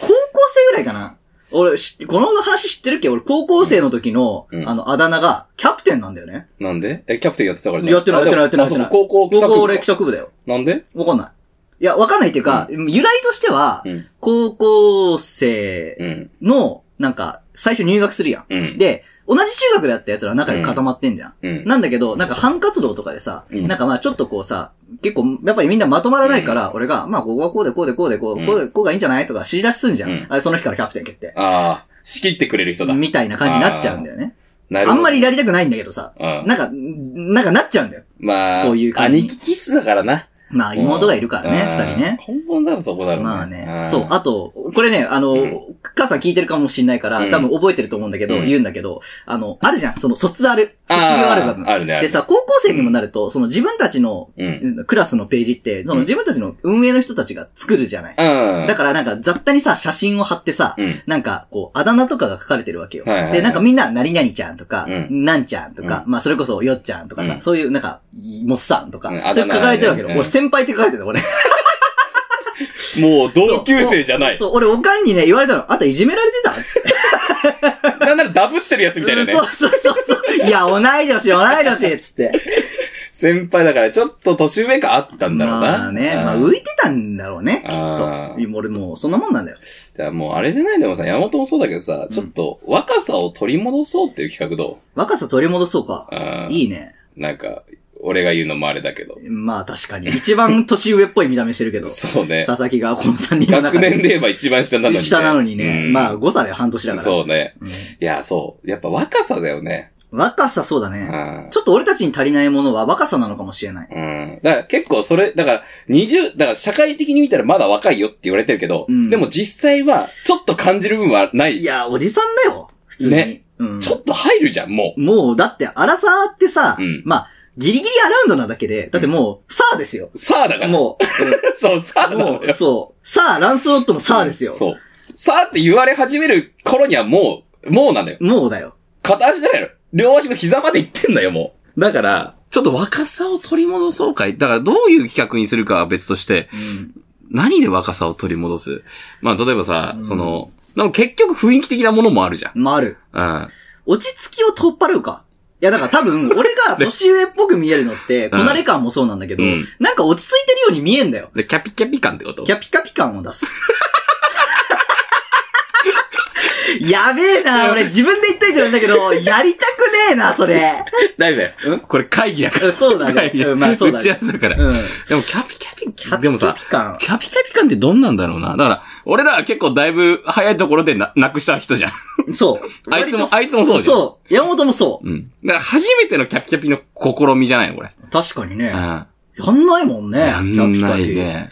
S1: 高校生ぐらいかな。俺、しこの話知ってるっけ俺、高校生の時の、
S2: うん
S1: あの、あだ名が、キャプテンなんだよね。
S2: ーなんでえ、キャプテンやってたからじゃん
S1: やってない、やってない、やってない。
S2: あでも
S1: や
S2: あ
S1: っ
S2: そう
S1: て
S2: 高校
S1: な
S2: 帰
S1: い
S2: 宅
S1: 高
S2: 部か
S1: 校俺、帰宅部だよ。
S2: なんで
S1: わかんない。いや、わかんないっていうか、由来としては、
S2: うん。
S1: 高校生
S2: うん。
S1: の、なんか、最初入学するやん。
S2: うん。
S1: で、同じ中学でやった奴ら仲良く固まってんじゃん。
S2: うん。
S1: なんだけど、なんか班活動とかでさ、
S2: うん
S1: なんかまあちょっとこうさ、結構やっぱりみんなまとまらないから、俺が、まあここはこうでこうでこうでこ
S2: うん
S1: う、こうでこうがいいんじゃないとか知り出しすんじゃん。
S2: うん
S1: あれその日からキャプテン決定。
S2: ああ、仕切ってくれる人だ。
S1: みたいな感じになっちゃうんだよね。
S2: な
S1: あ
S2: るほど。
S1: んまりやりたくないんだけどさ、
S2: うん。
S1: なんか、なんかなっちゃうんだよ。
S2: まあ、
S1: そういう感じ
S2: 兄貴気質だからな。
S1: まあ妹がいるからね、二人ね。
S2: うん。根本だろ、そこだろ。
S1: まあ
S2: う
S1: ね
S2: ん。
S1: そう。あと、これね、あの、
S2: うん
S1: 母さん聞いてるかもしんないから、
S2: うん
S1: 多分覚えてると思うんだけど、
S2: うん
S1: 言うんだけど、あの、あるじゃん、その卒アル。卒業アルバム
S2: あー。あるね、ある
S1: で
S2: ね。
S1: さ、高校生にもなると、その自分たちの
S2: うん。
S1: クラスのページって、そ
S2: うん
S1: の自分たちの運営の人たちが作るじゃない。
S2: うん。
S1: だからなんか雑多にさ、写真を貼ってさ、
S2: うん。
S1: なんかこう、あだ名とかが書かれてるわけよ。
S2: はいはいはい
S1: で、なんかみんな、何々ちゃんとか、
S2: うん
S1: なんちゃんとか、まあそれこそよっちゃんとかさ、
S2: うん
S1: そういうなんか、もっさんとか、
S2: うん
S1: それ書かれてるわけよ。
S2: あだ名ねうん
S1: 俺先輩って書かれてるの俺。
S2: もう 同級生じゃない。
S1: そう、俺おかんにね、言われたの、あんたいじめられてたっつって
S2: なんならダブってるやつ みたいなね。
S1: そうそうそうそう。いや、同い年、同い年っつって。
S2: 先輩だからちょっと年上感あったんだろうな。
S1: まあね、まあ浮いてたんだろうね、きっ
S2: あ
S1: と。
S2: ー
S1: 俺もう、そんなもんなんだよ。
S2: じゃあもうあれじゃないでもさ、山本もそうだけどさ、ちょっと若さを取り戻そうっていう企画ど
S1: 若さ取り戻そうか
S2: う。あー
S1: いいね。
S2: なんか、俺が言うのもあれだけど。
S1: まあ確かに。一番年上っぽい見た目してるけど。
S2: そうね
S1: 佐。々木がこの3人の
S2: 学
S1: 中で。
S2: 年で言えば一番下なのにね。
S1: 下なのにね。
S2: うん
S1: まあ誤差で半年だから。
S2: そうね。
S1: うん
S2: いや、そう。やっぱ若さだよね。
S1: 若さそうだ
S2: う
S1: ね。
S2: ん。
S1: ちょっと俺たちに足りないものは若さなのかもしれない。
S2: うん。だから結構それ、だから20、だから社会的に見たらまだ若いよって言われてるけど、
S1: うん
S2: でも実際はちょっと感じる部分はない
S1: いや、おじさんだよ。普通に。
S2: ね
S1: うん。
S2: ちょっと入るじゃん、も
S1: もう、だって、アラサーってさ、
S2: うん
S1: まあ、ギリギリアラウンドなだけで、だってもう、サーですよ。
S2: う。さあ だから。
S1: も
S2: そう、さあ
S1: う、
S2: なの
S1: もう、
S2: よ。
S1: そう。さあ、ランスロットもサーですよ。
S2: そう。さあって言われ始める頃にはもう、もうなんだよ。
S1: もうだよ。
S2: 片足じゃないの。両足の膝まで行ってんだよ、もう。だから、ちょっと若さを取り戻そうかい。だからどういう企画にするかは別として、
S1: うん。
S2: 何で若さを取り戻すまあ、例えばさ、
S1: うん
S2: その、でも結局雰囲気的なものもあるじゃん。
S1: まあ、ある。
S2: うん。
S1: 落ち着きを取っ払うか。いや、だから多 分、俺が年上っぽく見えるのって、こなれ感もそうなんだけど、
S2: うん
S1: なんか落ち着いてるように見えんだよ。
S2: で、キャピキャピ感ってこと
S1: キャピカピ感を出す。 やべえな、俺自分で言っといてるんだけど、やりたくねえな、それ。
S2: だいぶだよ。これ会議だから。
S1: そうだね
S2: 会。議だ
S1: うんまあそう
S2: 打
S1: だ
S2: ち
S1: ね
S2: 合わ。せだから。
S1: うん。
S2: でもキャピキャピ、
S1: キャ
S2: で
S1: ピ
S2: も
S1: カ
S2: さ
S1: ピ、感。
S2: キャピキャピ感ってどんなんだろうな。だから、俺らは結構だいぶ早いところでな、なくした人じゃん。
S1: そう。
S2: あいつも
S1: 割、と
S2: あいつもそうじゃん。う。
S1: そう。山本もそ
S2: うん。だから初めてのキャピキャピの試みじゃないの、これ。
S1: う。確かにね。
S2: うん。
S1: やんないもんね。
S3: やんないね。
S1: キャピキャピ。演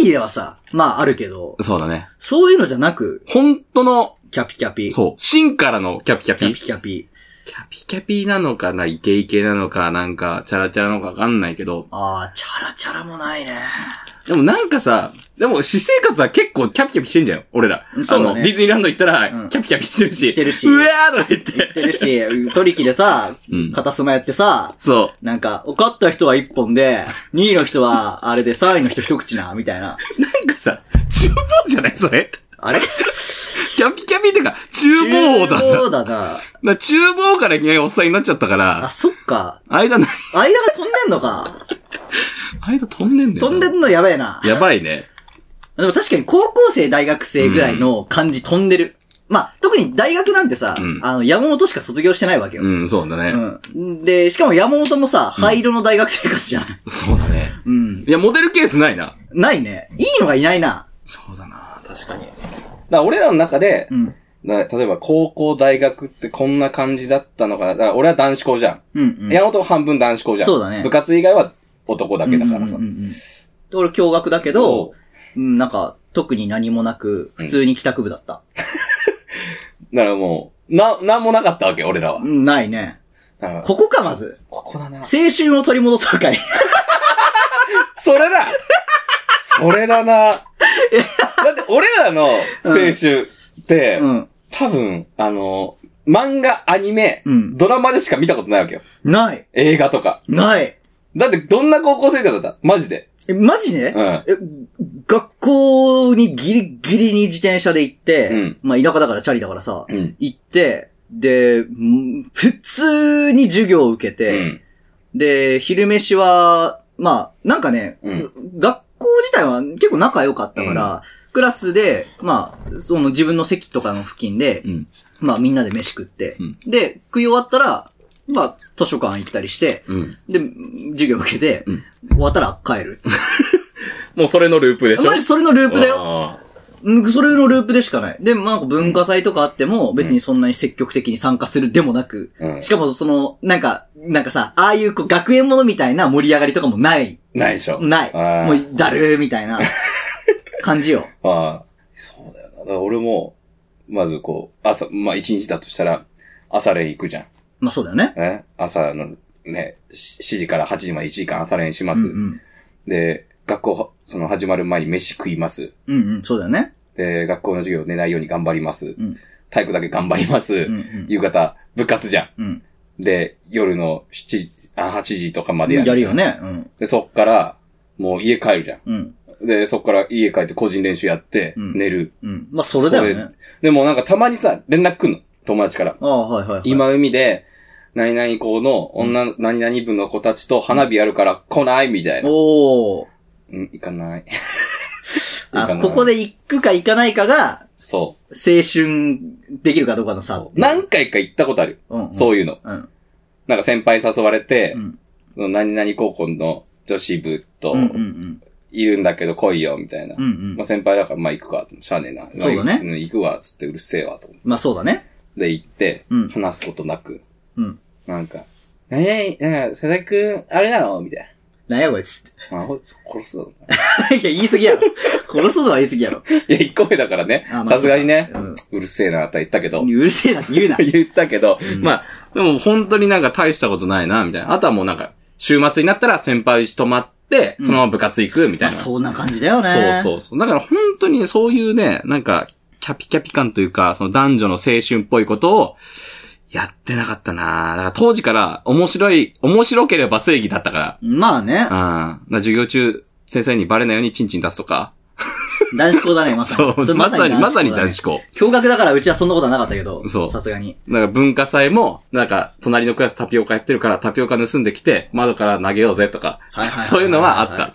S1: 技ではさ、まああるけど、
S3: そうだね。
S1: そういうのじゃなく、
S3: 本当の、
S1: キャピキャピ。
S3: そう、芯からのキャピキャ
S1: キャ
S3: ピ。
S1: ピ
S3: キ
S1: キャピ。
S3: ャピキャピなのかな、イケイケなのか、なんか、チャラチャラなのかわかんないけど。
S1: あー、チャラチャラもないね。
S3: でもなんかさ、でも私生活は結構キャピキャピしてんじゃん、俺ら。
S1: そうだね
S3: あの、ディズニーランド行ったら、
S1: うん
S3: キャピキャピしてるし。
S1: してるし
S3: うわーとか言って。
S1: 言ってるし、取り木でさ
S3: うん、
S1: 片スマやってさ、
S3: そう。
S1: なんか、受かった人は1本 で、2位の人は、あれで、3位の人一口な、みたいな。
S3: なんかさ、厨房じゃないそれ。
S1: あれ
S3: キャピキャピってか、厨房だ
S1: 厨
S3: な。
S1: 房だな。
S3: な厨房からいきなりおっさんになっちゃったか
S1: あ、
S3: ら、
S1: そっか。
S3: 間ない、
S1: 間が飛んでんのか。
S3: 間飛んでんだよ
S1: 飛
S3: な。
S1: んでんのやべえな。
S3: やばいね。
S1: でも確かに高校生、大学生ぐらいの感じ飛んでる。まあ、特に大学なんてさ、
S3: うん
S1: あの、山本しか卒業してないわけよ。
S3: うん、そうだね。
S1: うん。で、しかも山本もさ、灰色の大学生活じゃない。
S3: そうだね。
S1: うん。
S3: いや、モデルケースないな。
S1: ないね。いいのがいないな。
S3: そうだな、確かに。
S2: から俺らの中で
S1: う、ん。
S2: な例えば高校、大学ってこんな感じだったのかな。だから俺は男子校じゃん。
S1: うん、うん。
S2: 山本は半分男子校じゃん。
S1: そうだね
S2: 部活以外は男だけだからさ。
S1: うんうんうんうんで俺、驚愕だけど、うん、なんか、特に何もなく、普通に帰宅部だった。
S2: だからもう、な、なんもなかったわけ、俺らは。
S1: うん、ないね。
S2: だからこ
S1: ここか、まず。
S2: ここだな。
S1: 青春を取り戻そうかい。
S2: そ れだそれだな。だって俺らの青春って、
S1: うん。
S2: 多分、あの、漫画、アニメ、
S1: うん
S2: ドラマでしか見たことないわけよ。
S1: ない。
S2: 映画とか。
S1: ない。
S2: だってどんな高校生活だったマジで。
S1: え、マジで、
S2: うん。
S1: え、学校にギリギリに自転車で行って、
S2: うん
S1: まあ田舎だからチャリだからさ、
S2: うん。
S1: 行って、で、ん普通に授業を受け
S2: う
S1: て、
S2: ん。
S1: で、昼飯は、まあ、なんかね、
S2: うん
S1: 学校自体は結構仲良かったから、クラスで、まあ、その自分の席とかの付近で、
S3: うん。
S1: まあみんなで飯食って、
S3: うん
S1: で、食い終わったら、まあ、図書館行ったりして、
S3: うん。
S1: で、授業受けて、
S3: うん
S1: 終わったら帰る。
S3: もうそれのループでしょ
S1: マジそれのループだよ。
S3: よ。
S1: うんそれのループでしかない。で、まあ、なんか文化祭とかあっても、別にそんなに積極的に参加するでもなく、
S2: うん
S1: しかもその、なんか、なんかさ、ああいうこう学園ものみたいな盛り上がりとかもない。
S2: ないでしょ。
S1: ない。
S2: あー
S1: もう、だるーみたいな感じよ。
S2: ああ、そうだよな。だから俺も、まずこう、朝、まあ一日だとしたら、朝練行くじゃん。
S1: まあそうだよね。
S2: ね、朝のね、し7時から8時まで1時間朝練しま
S1: うん
S2: す。
S1: うん。
S2: で、学校、その始まる前に飯食います。
S1: うんうん、そうだよね。
S2: で、学校の授業寝ないように頑張ります。
S1: うん
S2: 体育だけ頑張ります。
S1: うんうん。
S2: 夕方、部活じゃ
S1: うん。
S2: ん。で、夜の7時、あ、8時とかまでや
S1: や
S2: るじゃん。
S1: るよね。うん。
S2: で、そっから、もう家帰るじゃ
S1: うん。
S2: ん。で、そっから家帰って個人練習やって、
S1: うん
S2: 寝る。
S1: うん。まあそれだよね。
S2: でもなんかたまにさ、連絡来んの。友達から。
S1: ああ、はいはい、はい。。
S2: 今海で、何々校の女の、何々部の子たちと花火やるから来ないみたいな。
S1: おー。
S2: うん、行かない。行か
S1: あ、
S2: ない
S1: ここで行くか行かないかが、
S2: そ
S1: 青春できるかどうかの差
S2: う。。何回か行ったことある。
S1: うん、うん。
S2: そういうの。
S1: うん。
S2: なんか先輩誘われて
S1: う、ん。
S2: その何々高校の女子部と
S1: うん。う、ん。
S2: いるんだけど来いよ、みたいな
S1: うん。う。ん
S2: まあ。先輩だから、まあ行くか、しゃあねえな。
S1: そうだね
S2: まあ行くわ、つってうるせえわ、と。
S1: まあそうだね。
S2: で、行って
S1: うん、
S2: 話すことなく、
S1: うん。
S2: なんか、何々、なんか、佐々木くん、あれなのみたい
S1: なんやこいつって。
S2: な。あ、こいつ殺すぞ。
S1: いや、言い過ぎやろ。殺すのは言い過ぎやろ。
S2: いや、一個目だからね
S1: あ。まあ
S2: さすがにね
S1: そうだうん、
S2: うるせえな、とは言ったけど。。
S1: うるせえなって言うな
S2: 言ったけど、
S3: まあ、でも本当になんか大したことないな、みたいな。あとはもうなんか、週末になったら先輩泊まって、そのまま部活行く、みた
S1: ま
S3: い
S1: あ
S3: な。
S1: そんな感じだよね。
S3: そうそうそう。だから本当にそういうね、なんか、キャピキャピ感というか、その男女の青春っぽいことを、やってなかったなだから当時から面白い、面白ければ正義だったから。
S1: まあね
S3: うん。だ。から授業中、先生にバレないようにチンチン出すとか。
S1: 男子校だね、まさ
S3: そ
S1: に。
S3: う、まさに、まさに
S1: だね
S3: 男子校。
S1: 驚愕だからうちはそんなことはなかったけど。
S3: そう
S1: さすがに。
S3: なんか文化祭も、なんか、隣のクラスタピオカやってるから、タピオカ盗んできて、窓から投げようぜとか
S1: はいはいはいは、い
S3: そういうのはあった。だか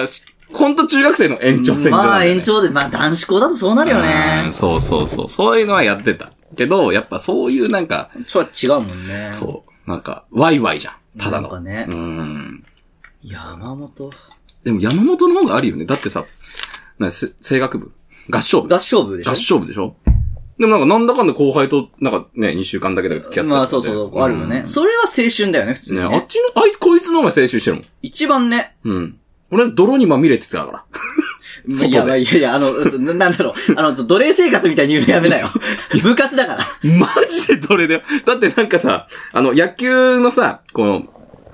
S3: らし、ほんと中学生の延長線上なんだよね、
S1: まあ延長で、まあ男子校だとそうなるよ
S3: う
S1: ね
S3: ん。そうそうそう。そういうのはやってた。けど、やっぱそういうなんか、
S1: それは違うもんね。
S3: そう、なんか、ワイワイじゃん。ただの。
S1: なんかね
S3: うん。
S1: 山本。
S3: でも山本の方があるよね。だってさ、なせ声楽部合唱部
S1: 合唱部でしょ
S3: 合唱部でしょ
S2: でもなんかなんだかんだ後輩と、なんかね、2週間だけだけ付き合って
S1: まあそうそうそう、あるよね。それは青春だよね、普通に
S2: ね、
S1: ね。
S2: あっちの、あいつ、こいつの方が青春してるもん。
S1: 一番ね、
S2: うん。俺、泥にまみれてたから。 外で
S1: いや、まあいやいや、あの、ななんだろう、あの、奴隷生活みたいに言うのやめなよ。部活だから。
S2: マジでどれだよ。だってなんかさ、あの、野球のさ、この、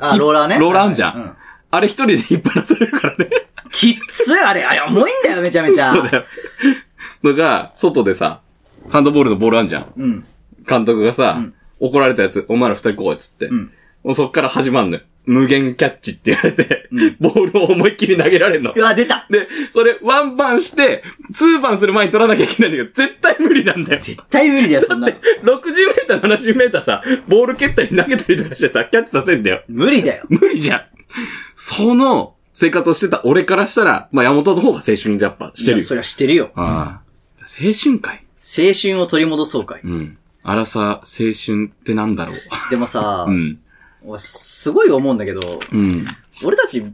S1: あ、ローラーね。
S2: ローラーあんじゃん
S1: う
S2: あれ一人で引っ張らされるからね。
S1: きっついあれ、あれ、重いんだよ、めちゃめちゃ。
S2: そうだよ。 のが、外でさ、ハンドボールのボールあんじゃん。
S1: うん。
S2: 監督がさ、
S1: うん
S2: 怒られたやつ、お前ら二人こうやつって。
S1: うん。
S2: もうそっから始まんのよ。無限キャッチって言われて、
S1: うん
S2: ボールを思いっきり投げられんの
S1: う。わ、出た
S2: で、それ、ワンバンして、ツーバンする前に取らなきゃいけないんだけど、絶対無理なんだよ。
S1: 絶対無理だよ、そんなの。
S2: 60メーター、70メーターさ、ボール蹴ったり投げたりとかしてさ、キャッチさせんだよ。
S1: 無理だよ。
S2: 無理じゃん。その生活をしてた俺からしたら、まあ山本の方が青春にやっぱして
S1: い
S2: る
S1: や
S2: よ
S1: そ。りゃしてるよ。
S2: ああ。青春かい
S1: 青春を取り戻 そうかい。
S2: うん。あらさ、青春ってなんだろう。
S1: でもさ
S2: う、ん。
S1: 俺すごい思うんだけど、
S2: うん。
S1: 俺たち、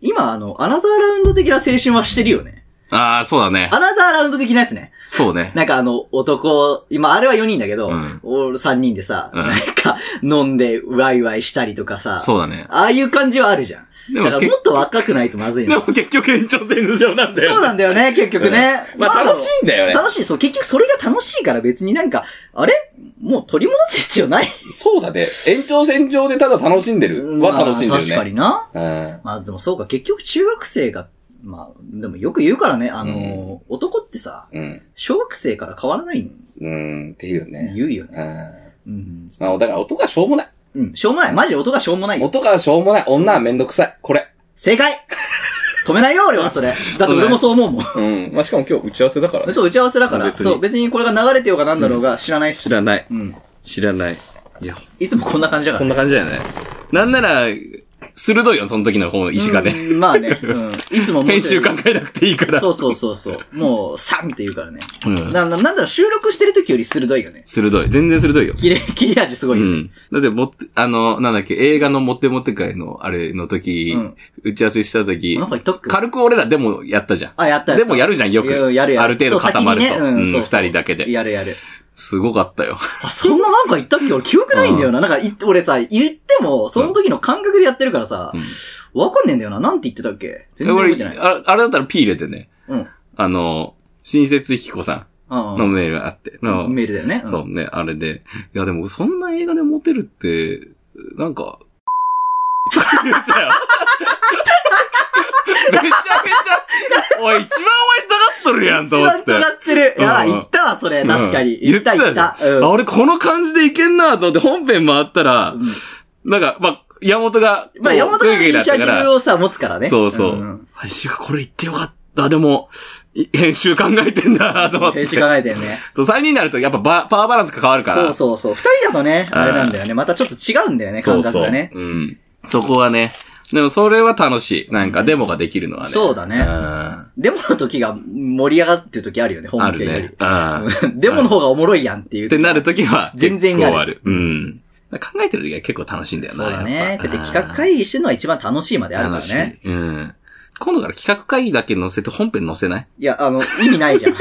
S1: 今、あの、アナザーラウンド的な青春はしてるよね。
S2: ああ、そうだね
S1: ア。ナザーラウンド的なやつね。
S2: そうね。
S1: なんかあの、男、今、あれは4人だけど、
S2: うん
S1: 俺3人でさ、
S2: うん
S1: なんか、飲んで、ワイワイしたりとかさ、
S2: そうだね。
S1: ああいう感じはあるじゃん。
S2: でも
S1: だから
S2: 結
S1: もっと若くないとまずい
S2: で
S1: の
S2: も。結局延長線上なんだよ。
S1: そうなんだよね、結局ね。
S5: まあ楽しいんだよね。
S1: 楽しい、そう、結局それが楽しいから別になんか、あれもう取り戻す必要ない
S5: そうだね。延長線上でただ楽しんでるは楽しん
S1: ま
S5: で
S1: あ確か
S5: るね。
S1: にな。
S5: うん。
S1: まあでもそうか、結局中学生が、まあ、でもよく言うからね、あのー男ってさ、
S5: うん。
S1: 小学生から変わらないの
S5: うん。っていうね。
S1: 言うよ
S5: うん
S1: ね。。うん。
S5: まあ、だから音がしょうもない。
S1: うん、しょうもない。マジ音がしょうもないよ。
S5: 音がしょうもない。女はめんどくさい。これ。
S1: 正解止めないよ、俺は、 それ。だって俺もそう思うもん。
S5: うん。まあ、しかも今日打ち合わせだからね。
S1: そう、打ち合わせだから。
S2: 別に
S1: そう、別にこれが流れてようがなんだろうが知らないし。
S2: 知らない。
S1: うん。
S2: 知らない。いや、
S1: いつもこんな感じだか
S2: こん
S1: ら。
S2: な感じだよね。なんなら、鋭いよ、その時の方の石がね。
S1: うん。まあね。うん。いつももう
S2: 編集考えなくていいから。
S1: そうそうそうそう。もう、サンって言うからね。
S2: うん。
S1: な、ななんだろう、収録してる時より鋭いよね。
S2: 鋭い。全然鋭いよ。
S1: 切れ、切れ味すごいよ
S2: う
S1: ね。
S2: ん。だって、もって、あの、なんだっけ、映画のモテモテ会の、あれの時、
S1: うん
S2: 打ち合わせした時
S1: なん、か言ったっけ
S2: 軽く俺らでもやったじゃん。
S1: あ、やったやった
S2: でもやるじゃん、よく。
S1: いややるやる
S2: ある程度固まる
S1: そう
S2: と。
S1: 先に
S2: うん
S1: ねうんそう
S2: 二
S1: そう
S2: 人だけで。
S1: やるやる。
S2: すごかったよ。
S1: あ、そんななんか言ったっけ俺記憶ないんだよな。なんかい、俺さ、言っても、その時の感覚でやってるからさ、わかんねえんだよな。なんて言ってたっけ全然覚え
S2: 俺
S1: てない。
S2: あれ、あれだったら P 入れてね。
S1: うん。
S2: あの、親切ひきこさ
S1: あ
S2: ん
S1: あ
S2: のメールがあって。の
S1: メールだよね。ん
S2: そう。ね、あれで。いや、でも、そんな映画でモテるって、な んか、とか言ってたよ。めちゃめちゃ、おい、一番お前尖っとるやん
S1: 一
S2: と思っ
S1: 番
S2: て。
S1: 尖ってる。いや、
S2: うん
S1: 言ったわ、それ。確かに。
S2: うん
S1: 言った言った。
S2: じゃん
S1: うん
S2: あ、俺この感じでいけんなと思って本編回ったら、なんか、まあ、山本が、
S1: まあ、山本
S2: こう
S1: がイシャ
S2: 空気だった
S1: ギ
S2: か
S1: をさ、持つからね。
S2: ら、そうそう。
S1: ん
S2: あ石がこれ言ってよかった。でも、い編集考えてんだと思って。
S1: 編集考えてるね。
S2: そう、3人になるとやっぱバパワーバランスが変わるから。
S1: そうそうそう。二人だとね、あれなんだよね。またちょっと違うんだよね、
S2: そ
S1: 感
S2: う
S1: 覚
S2: そう。
S1: がね。
S2: うん。そこはね。でもそれは楽しい。なんかデモができるのはね。
S1: そうだね
S2: うん
S1: デモの時が盛り上がってる時あるよね、本
S2: あ
S1: 編
S2: る
S1: より。
S2: ね。うん。
S1: デモの方がおもろいやんっていう。
S2: ってなるとき は、
S1: 全然
S2: 結構
S1: あ
S2: ある。うん。考えてるときは結構楽しいんだよな。
S1: そうだね。だ
S2: や
S1: って
S2: ぱ
S1: 企画会議してるのは一番楽しいまであるから
S2: 楽しい
S1: ね。
S2: うん。今度から企画会議だけ載せて本編載せない
S1: いや、あの、意味ないじゃん。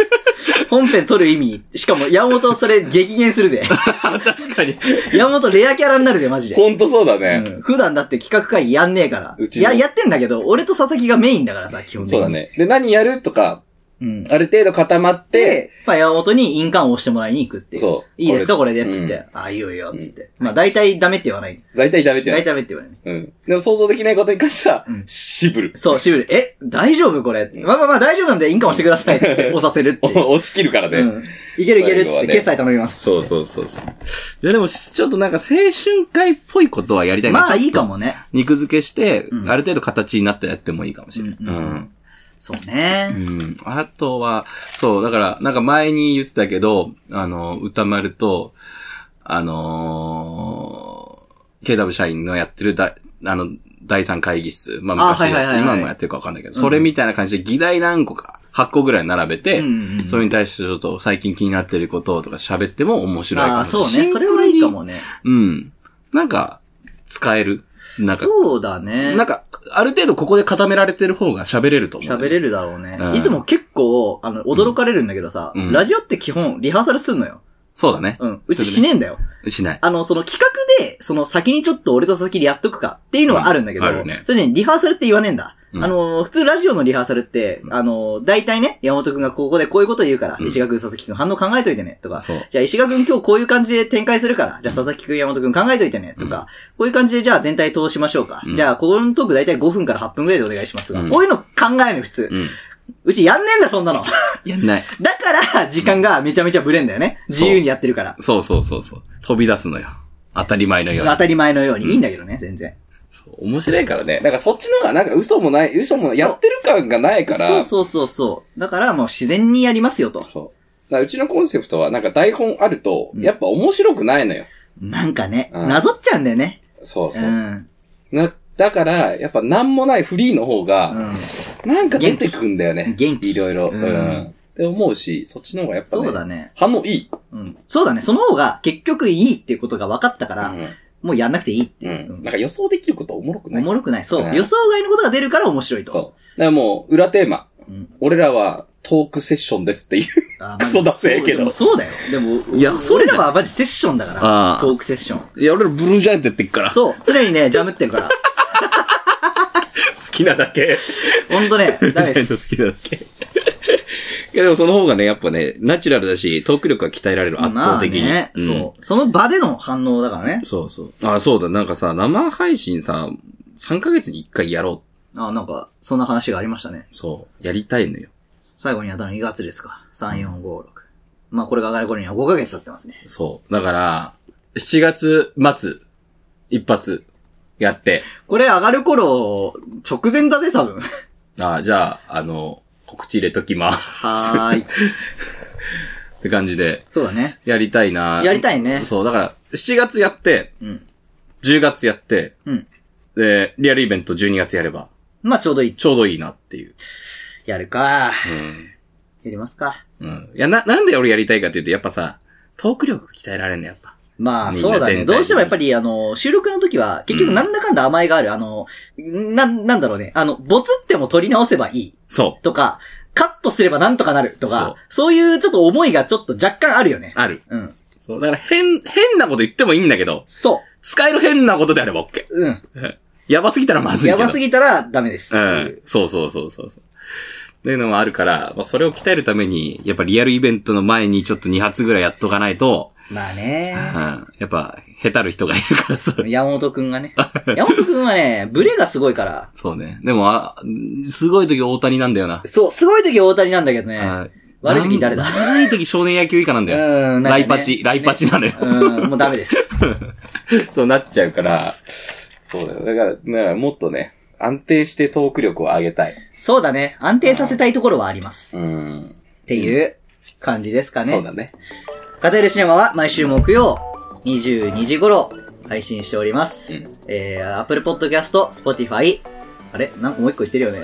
S1: 本編撮る意味。しかも、山本それ激減するぜ。
S2: 確かに。
S1: 山本レアキャラになるぜ、マジで。
S5: ほんとそうだね。
S1: うん普段だって企画会議やんねえから。
S5: うち
S1: い
S5: の
S1: や、やってんだけど、俺と佐々木がメインだからさ、基本的
S5: そ
S1: に。
S5: うだ。ね。で、何やるとか、
S1: うん。
S5: ある程度固まって、
S1: で、まあ、山本に印鑑を押してもらいに行くっていう。
S5: そう
S1: いいですか、こ
S5: こ
S1: れ
S5: れ
S1: で、つって。あ、いいよいいよ、つって。まあ、大体ダメって言わない。
S5: 大体ダメじゃな
S1: 大体
S5: い。
S1: ダメって言わな
S5: う
S1: い。
S5: ん。でも想像できないことに関しては
S1: うん、
S5: 渋る。
S1: そう、シブル、え、大丈夫これ。まあまあまあ大丈夫なんで、印鑑押してくださいって押させる っていう。
S5: お押し切るからね。
S1: うん。いけるいけるっつ
S5: 最後
S1: っ
S5: は
S1: て、
S5: ね
S1: 決済頼みます。
S2: そうそうそうそう。いやでも、ちょっとなんか青春会っぽいことはやりたいな。
S1: まあいいか
S2: ちょっと。
S1: もね。
S2: 肉付けして
S1: う、ん
S2: ある程度形になってやってもいいかもしれない。
S1: うんうん
S2: うん
S1: そう
S2: う
S1: ね。
S2: ん。あとは、そう、だから、なんか前に言ってたけど、あの、歌丸と、あのー KW 社員のやってるだ、あの、第三会議室。まあ
S1: あ
S2: 昔のやつ、
S1: はいはいはいはい
S2: 今もやってるかわかんないけど、それみたいな感じで議題何個か、8個ぐらい並べて、
S1: うんうんうん
S2: それに対してちょっと最近気になってることとか喋っても面白いか
S1: あ
S2: も
S1: あ、そう
S2: シン
S1: ね。
S2: プ
S1: そ
S2: ル
S1: れ
S2: に
S1: はいいかもね。
S2: うん。なんか、使える。
S3: なんか、
S1: そうだね。
S3: なんか、ある程度ここで固められてる方が喋れると思う。
S1: 喋れるだろうね
S3: う。ん
S1: いつも結構、あの、驚かれるんだけどさ、
S3: うん
S1: ラジオって基本、リハーサルすんのよ。
S3: そうだね。
S1: うん。うちしねえんだよ。
S3: しない。
S1: あの、その企画で、その先にちょっと俺と佐々木でやっとくかっていうのはあるんだけど、
S3: うんあるね
S1: それね、リハーサルって言わねえんだ。
S3: うん
S1: あの、普通ラジオのリハーサルって、あの、大体ね、山本くんがここでこういうこと言うから、
S3: うん
S1: 石川くん、佐々木くん反応考えといてね、とか、
S3: そう。
S1: じゃあ石川くん今日こういう感じで展開するから、じゃあ佐々木くん、山本くん考えといてね、とか、
S3: うん
S1: こういう感じでじゃあ全体通しましょうか。
S3: うん
S1: じゃあ、ここのトーク大体5分から8分ぐらいでお願いしますが、
S3: うん
S1: こういうの考える普通。
S3: うん。
S1: うちやんねえんだ、そんなの。
S3: やんない。
S1: だから、時間がめちゃめちゃブレんだよね。自由にやってるから。
S3: そうそうそうそう。飛び出すのよ。当たり前のよう
S1: 当
S3: に。
S1: たり前のように。いいんだけどね、全然。
S3: そう面白いからね。
S2: だからそっちの方がなんか嘘もない、嘘もやってる感がないから。
S1: そうそうそうそう。だからもう自然にやりますよと。
S2: そう。だからうちのコンセプトはなんか台本あると、やっぱ面白くないのよ。
S1: なんかね、
S2: うん
S1: なぞっちゃうんだよね。
S2: そう
S1: う
S2: そう。
S1: ん。
S2: な、だから、やっぱなんもないフリーの方
S1: う
S2: が、
S1: ん。
S2: なんか出てくんだよね。
S1: 元気
S2: いろいろ。
S1: う
S2: うんん。って思うし、そっちの方がやっぱね。
S1: そうだね。
S2: 反応いい。
S1: うん。そうだね。その方が結局いいっていうことが分かったか
S2: う
S1: ら、
S2: ん。
S1: もうやんなくていいって
S2: う
S1: いう。
S2: ん。なんか予想できることおもろく
S1: うん
S2: ない。
S1: おもろくない。そう。
S2: うん
S1: 予想外のことが出るから面白いと。
S2: そう。だからもう、裏テーマ。
S1: うん
S2: 俺らはトークセッションですっていう。
S1: あー
S2: クソダセえけど
S1: そうでもそうだよ。でも、
S3: いやそ
S1: 俺
S3: れじ
S1: ら
S3: ゃ
S1: はマジセッションだから。
S3: あー
S1: トークセッション。
S3: いや、俺らブルージャイアントやってっから。好
S1: そう。常にね、ジャムってるから。
S3: きなだけ。
S1: ほんとね、
S3: ブルー
S1: ダ
S3: ジ
S1: メで
S3: ャイアント
S1: す。
S3: 好きなだけ。いや、でもその方がね、やっぱね、ナチュラルだし、トーク力が鍛えられる、圧倒的に。
S1: まあね、
S3: ん
S1: そう。その場での反応だからね。
S3: そうそう。あ、そうだ、なんかさ、生配信さ、3ヶ月に1回やろ
S1: あーなんか、そんな話がありましたね。
S3: う。そう。やりたいのよ。
S1: 最後にやったの2月ですか。3、4、5、6。まあこれが上がる頃には5ヶ月経ってますね。
S3: そう。だから、7月末、一発、やって。
S1: これ上がる頃、直前だぜ、多分。
S3: あ、じゃあ、あの、告知入れときます。
S1: はーい。
S3: って感じで、
S1: そうだね。
S3: やりたいな
S1: やりたいね。
S3: そう、だから、7月やって、
S1: うん。
S3: 10月やって、
S1: うん。
S3: で、リアルイベント12月やれば、
S1: まあちょうどいい。
S3: ちょうどいいなっていう。
S1: やるか。やりますか。
S3: うん。うん。いや、な、なんで俺やりたいかっていうと、やっぱさ、トーク力鍛えられんね、やっぱ。
S1: まあ、
S3: みんな
S1: そうだね。
S3: 全体に
S1: どうしてもやっぱり、あの、収録の時は、結局なんだかんだ甘えがある。あの、な、なんだろうね。あの、ボツっても取り直せばいい。
S3: そう。
S1: とか、カットすればなんとかなる。と
S3: そう
S1: か、そういうちょっと思いがちょっと若干あるよね。
S3: ある。
S1: うん。
S3: そう、だから変、変なこと言ってもいいんだけど、
S1: そ
S3: 使える変なことであれば OK。
S1: う。うん。
S3: やばすぎたらまずいけ
S1: や
S3: ど。
S1: ばすぎたらダメです。
S3: うん。そうそうそうそうそう。っていうのもあるから、まあ、それを鍛えるために、やっぱリアルイベントの前にちょっと2発ぐらいやっとかないと、
S1: まあ
S3: う ん。
S1: ね。
S3: やっぱ、下手る人がいるからさ。
S1: 山本くんがね。山本くんはね、ブレがすごいから。
S3: そうね。でも、あ、すごい時大谷なんだよな。
S1: そう、すごい時は大谷なんだけどね。
S3: あ
S1: 悪い時誰だ
S3: なん悪い時少年野球以下なんだよ。
S1: うん、
S3: ライパチ、ライパチなの
S1: う
S3: よ。
S1: ん、もうダメ です。
S2: そうなっちゃうから、そうだよ。だから、だからもっとね、安定してトーク力を上げたい。
S1: そうだね。安定させたいところはあります。
S2: うん。
S1: っていう感じですか
S2: そう
S1: ね。
S2: だね。
S1: 片寄シネマは毎週木曜22時頃配信しております。
S2: うん
S1: えー、Apple Podcast、Spotify、あれなんかもう一個言ってるよね。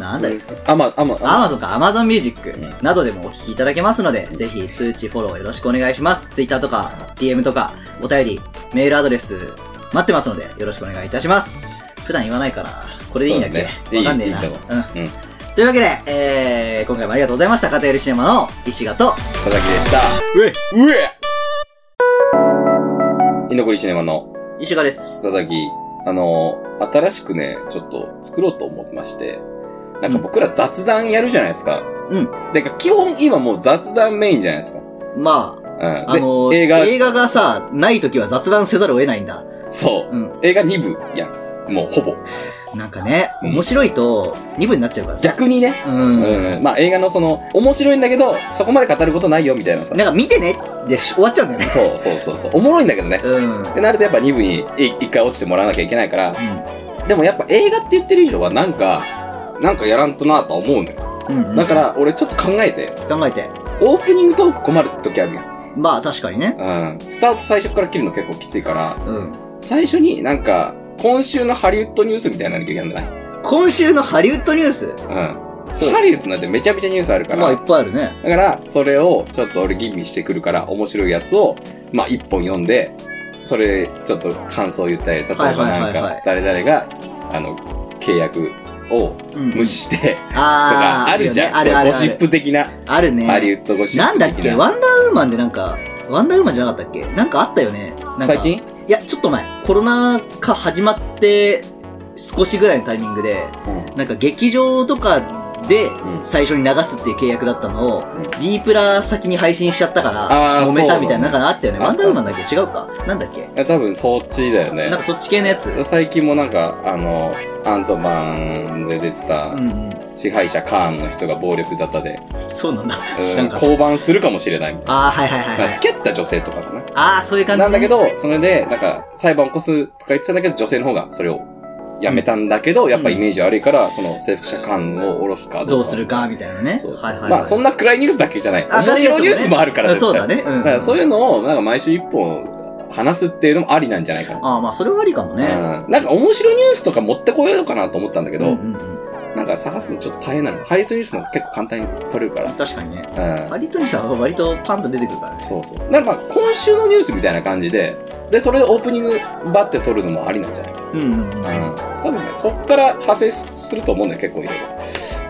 S1: なんだよ。
S2: あま、あま、あ
S1: Amazon か Amazon Music
S2: う
S1: などでもお聞きいただけますので、ぜひ通知フォローよろしくお願いします。Twitter とか DM とかお便り、メールアドレス待ってますのでよろしくお願いいたします。普段言わないから、これでいいんだっけわ
S2: そうだね
S1: かんねえな。
S2: いいいいと
S1: うん。
S2: うん
S1: というわけで、えー、今回もありがとうございました。片寄シネマの石賀と、
S2: 佐々木でした。うえうえ居残りシネマの
S1: 石賀です
S2: 佐。々木、あの、新しくね、ちょっと作ろうと思ってまして、なんか僕ら雑談やるじゃないですか。
S1: うん。
S2: で、基本今もう雑談メインじゃないですか。
S1: まあ、
S2: うん。
S1: あのー
S2: で映画、
S1: がさ、ない時は雑談せざるを得ないんだ。
S2: そう。
S1: うん。
S2: 映画2部やん。もうほぼ。
S1: なんかね、
S2: うん
S1: 面白いと2分になっちゃうからさ。
S2: 逆にね。
S1: うん。
S2: うん。まあ映画のその、面白いんだけど、そこまで語ることないよみたいなさ。
S1: なんか見てねで終わっちゃうんだよね。
S2: そうそうそうそう。おもろいんだけどね。
S1: うん。
S2: ってなるとやっぱ2部に1回落ちてもらわなきゃいけないから、
S1: う
S2: でもやっぱ映画って言ってる以上はなんか、なんかやらんとなとは思うのよ。
S1: ん。うん。
S2: だから俺ちょっと考えて、
S1: 考えて。
S2: オープニングトーク困る時あるよ。
S1: まあ確かにね。
S2: うん。スタート最初から切るの結構きついから、
S1: うん。
S2: 最初になんか、今週のハリウッドニュースみたいなのやんじゃない
S1: 今週のハリウッドニュース。
S2: うん。ハリウッドなんてめちゃめちゃニュースあるから。
S1: まあいっぱいあるね。
S2: だから、それをちょっと俺吟味してくるから、面白いやつを、まあ一本読んで、それ、ちょっと感想言ったり、例えばな
S1: はい
S2: ん
S1: はいはいは
S2: か
S1: い、
S2: 誰々が、あの、契約を
S1: うん
S2: 無視して、と
S1: あ
S2: か、
S1: ー
S2: あるじゃん。
S1: あるよねある
S2: そうゴ
S1: あ
S2: シ
S1: る
S2: ップ的な、
S1: あるね。
S2: ハリウッドゴシッ
S1: な
S2: プ
S1: ん
S2: 的な。
S1: だっけワンダーウーマンでなんか、ワンダーウーマンじゃなかったっけなんかあったよね。なんか
S2: 最近
S1: いや、ちょっと前。コロナ禍始まって少しぐらいのタイミングで、
S2: うん。
S1: なんか劇場とかで
S2: ん
S1: 最初に流すっていう契約だったのを、
S2: ん
S1: ディープラ先に配信しちゃったか
S2: あ
S1: ら、
S2: ー
S1: 揉めた
S2: そうだね
S1: みたいな、なんかあったよね。
S2: あった
S1: ワンダーウーマンだっけ違うかなんだっけ
S2: いや多分、そっちだよね
S1: なん。かそっち系のやつ。
S2: 最近もなんか、あの、アントマンで出てた
S1: う、んうん。
S2: 支配者カーンの人が暴力沙汰で、
S1: そうなんだ。知
S2: う
S1: ら
S2: ん
S1: んかった。
S2: 降板するかもしれないみたい
S1: あー、はいはいは
S2: な。
S1: い
S2: なん
S1: は
S2: か
S1: い。
S2: 付き合ってた女性とかかな。
S1: あー、そういう感じね。
S2: なんだけど、それで、なんか、裁判起こすとか言ってたんだけど、女性の方がそれをやめたんだけど、やっぱイメージ悪いから、その、征服者感を下ろすか
S1: どうするか、み
S2: た
S1: たいなね。
S2: そうそう
S1: はいはいはい。
S2: まあ、そんな暗いニュースだけじゃない。面白いニュースもあるから、
S1: ね。そうだ
S2: ね。
S1: ね。う
S2: だ
S1: ん。
S2: からそういうのを、なんか毎週一本話すっていうのもありなんじゃないかな。
S1: ああ、まあ、それはありかもね。
S2: うんなんか面白いニュースとか持ってこようかなと思ったんだけ
S1: うんう
S2: ど、
S1: んうん。
S2: なんか探すのちょっと大変なの。ハリウッドニュースの結構簡単に取れるから。
S1: 確かにね。
S2: うん。
S1: 割とにさんは割とパンと出てくるからね。
S2: そうそう。だからまあ、今週のニュースみたいな感じで、で、それでオープニングバッて撮るのもありなんじゃない
S1: うんうんうん。
S2: うん。多分ね、そっから派生すると思うんだよ、結構いろいろ。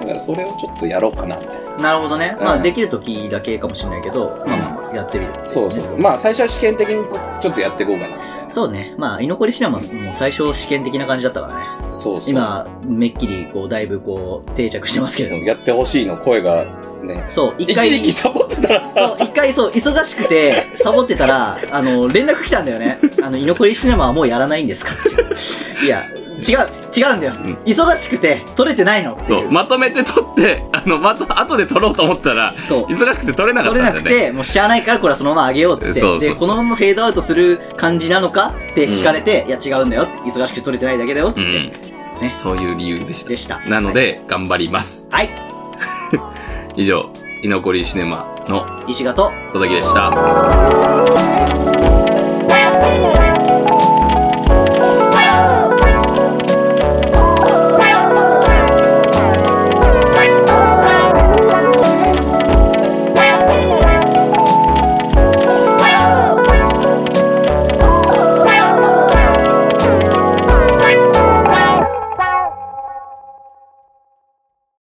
S2: だからそれをちょっとやろうかなって。
S1: なるほどね。
S2: うん
S1: まあ、できる時だけかもしれないけど、まあまあまあ、やってるよ。
S2: そうそう。まあ、最初は試験的にこうちょっとやっていこうかな。
S1: そうね。まあ、居残りシナマスも最初試験的な感じだったからね。
S2: そうそう。
S1: 今、めっきり、こう、だいぶこう、定着してますけ
S2: そう
S1: ど。
S2: やってほしいの声がね、
S1: そう、一
S2: 一
S1: 回。
S2: 時期サボってたらさ、
S1: そう、一回そう、忙しくて、サボってたら、あの、連絡来たんだよね。あの、居残りシネマはもうやらないんですかって。いや、違う、違うんだよ。
S3: ん
S1: 忙しくて、撮れてないのって
S3: そ、
S1: いうう。
S3: まとめて撮って、あの、また、後で撮ろうと思ったら、
S1: そう。
S3: 忙しくて撮れなか
S1: 撮
S3: っ
S1: れ
S3: た
S1: なん
S3: だ
S1: く
S3: よね。
S1: て、もう知らないからこれはそのままあげようっつって。
S3: そうそうそう
S1: で、このままフェードアウトする感じなのかって聞かれて、いや違うんだよ。忙しくて撮れてないだけだよっつって。
S3: うん。
S1: ね
S3: そういう理由でした
S1: で。した。
S3: なので、頑張ります。
S1: はい。
S3: 以上、居残りシネマの
S1: 石賀と、
S3: 佐々木でした。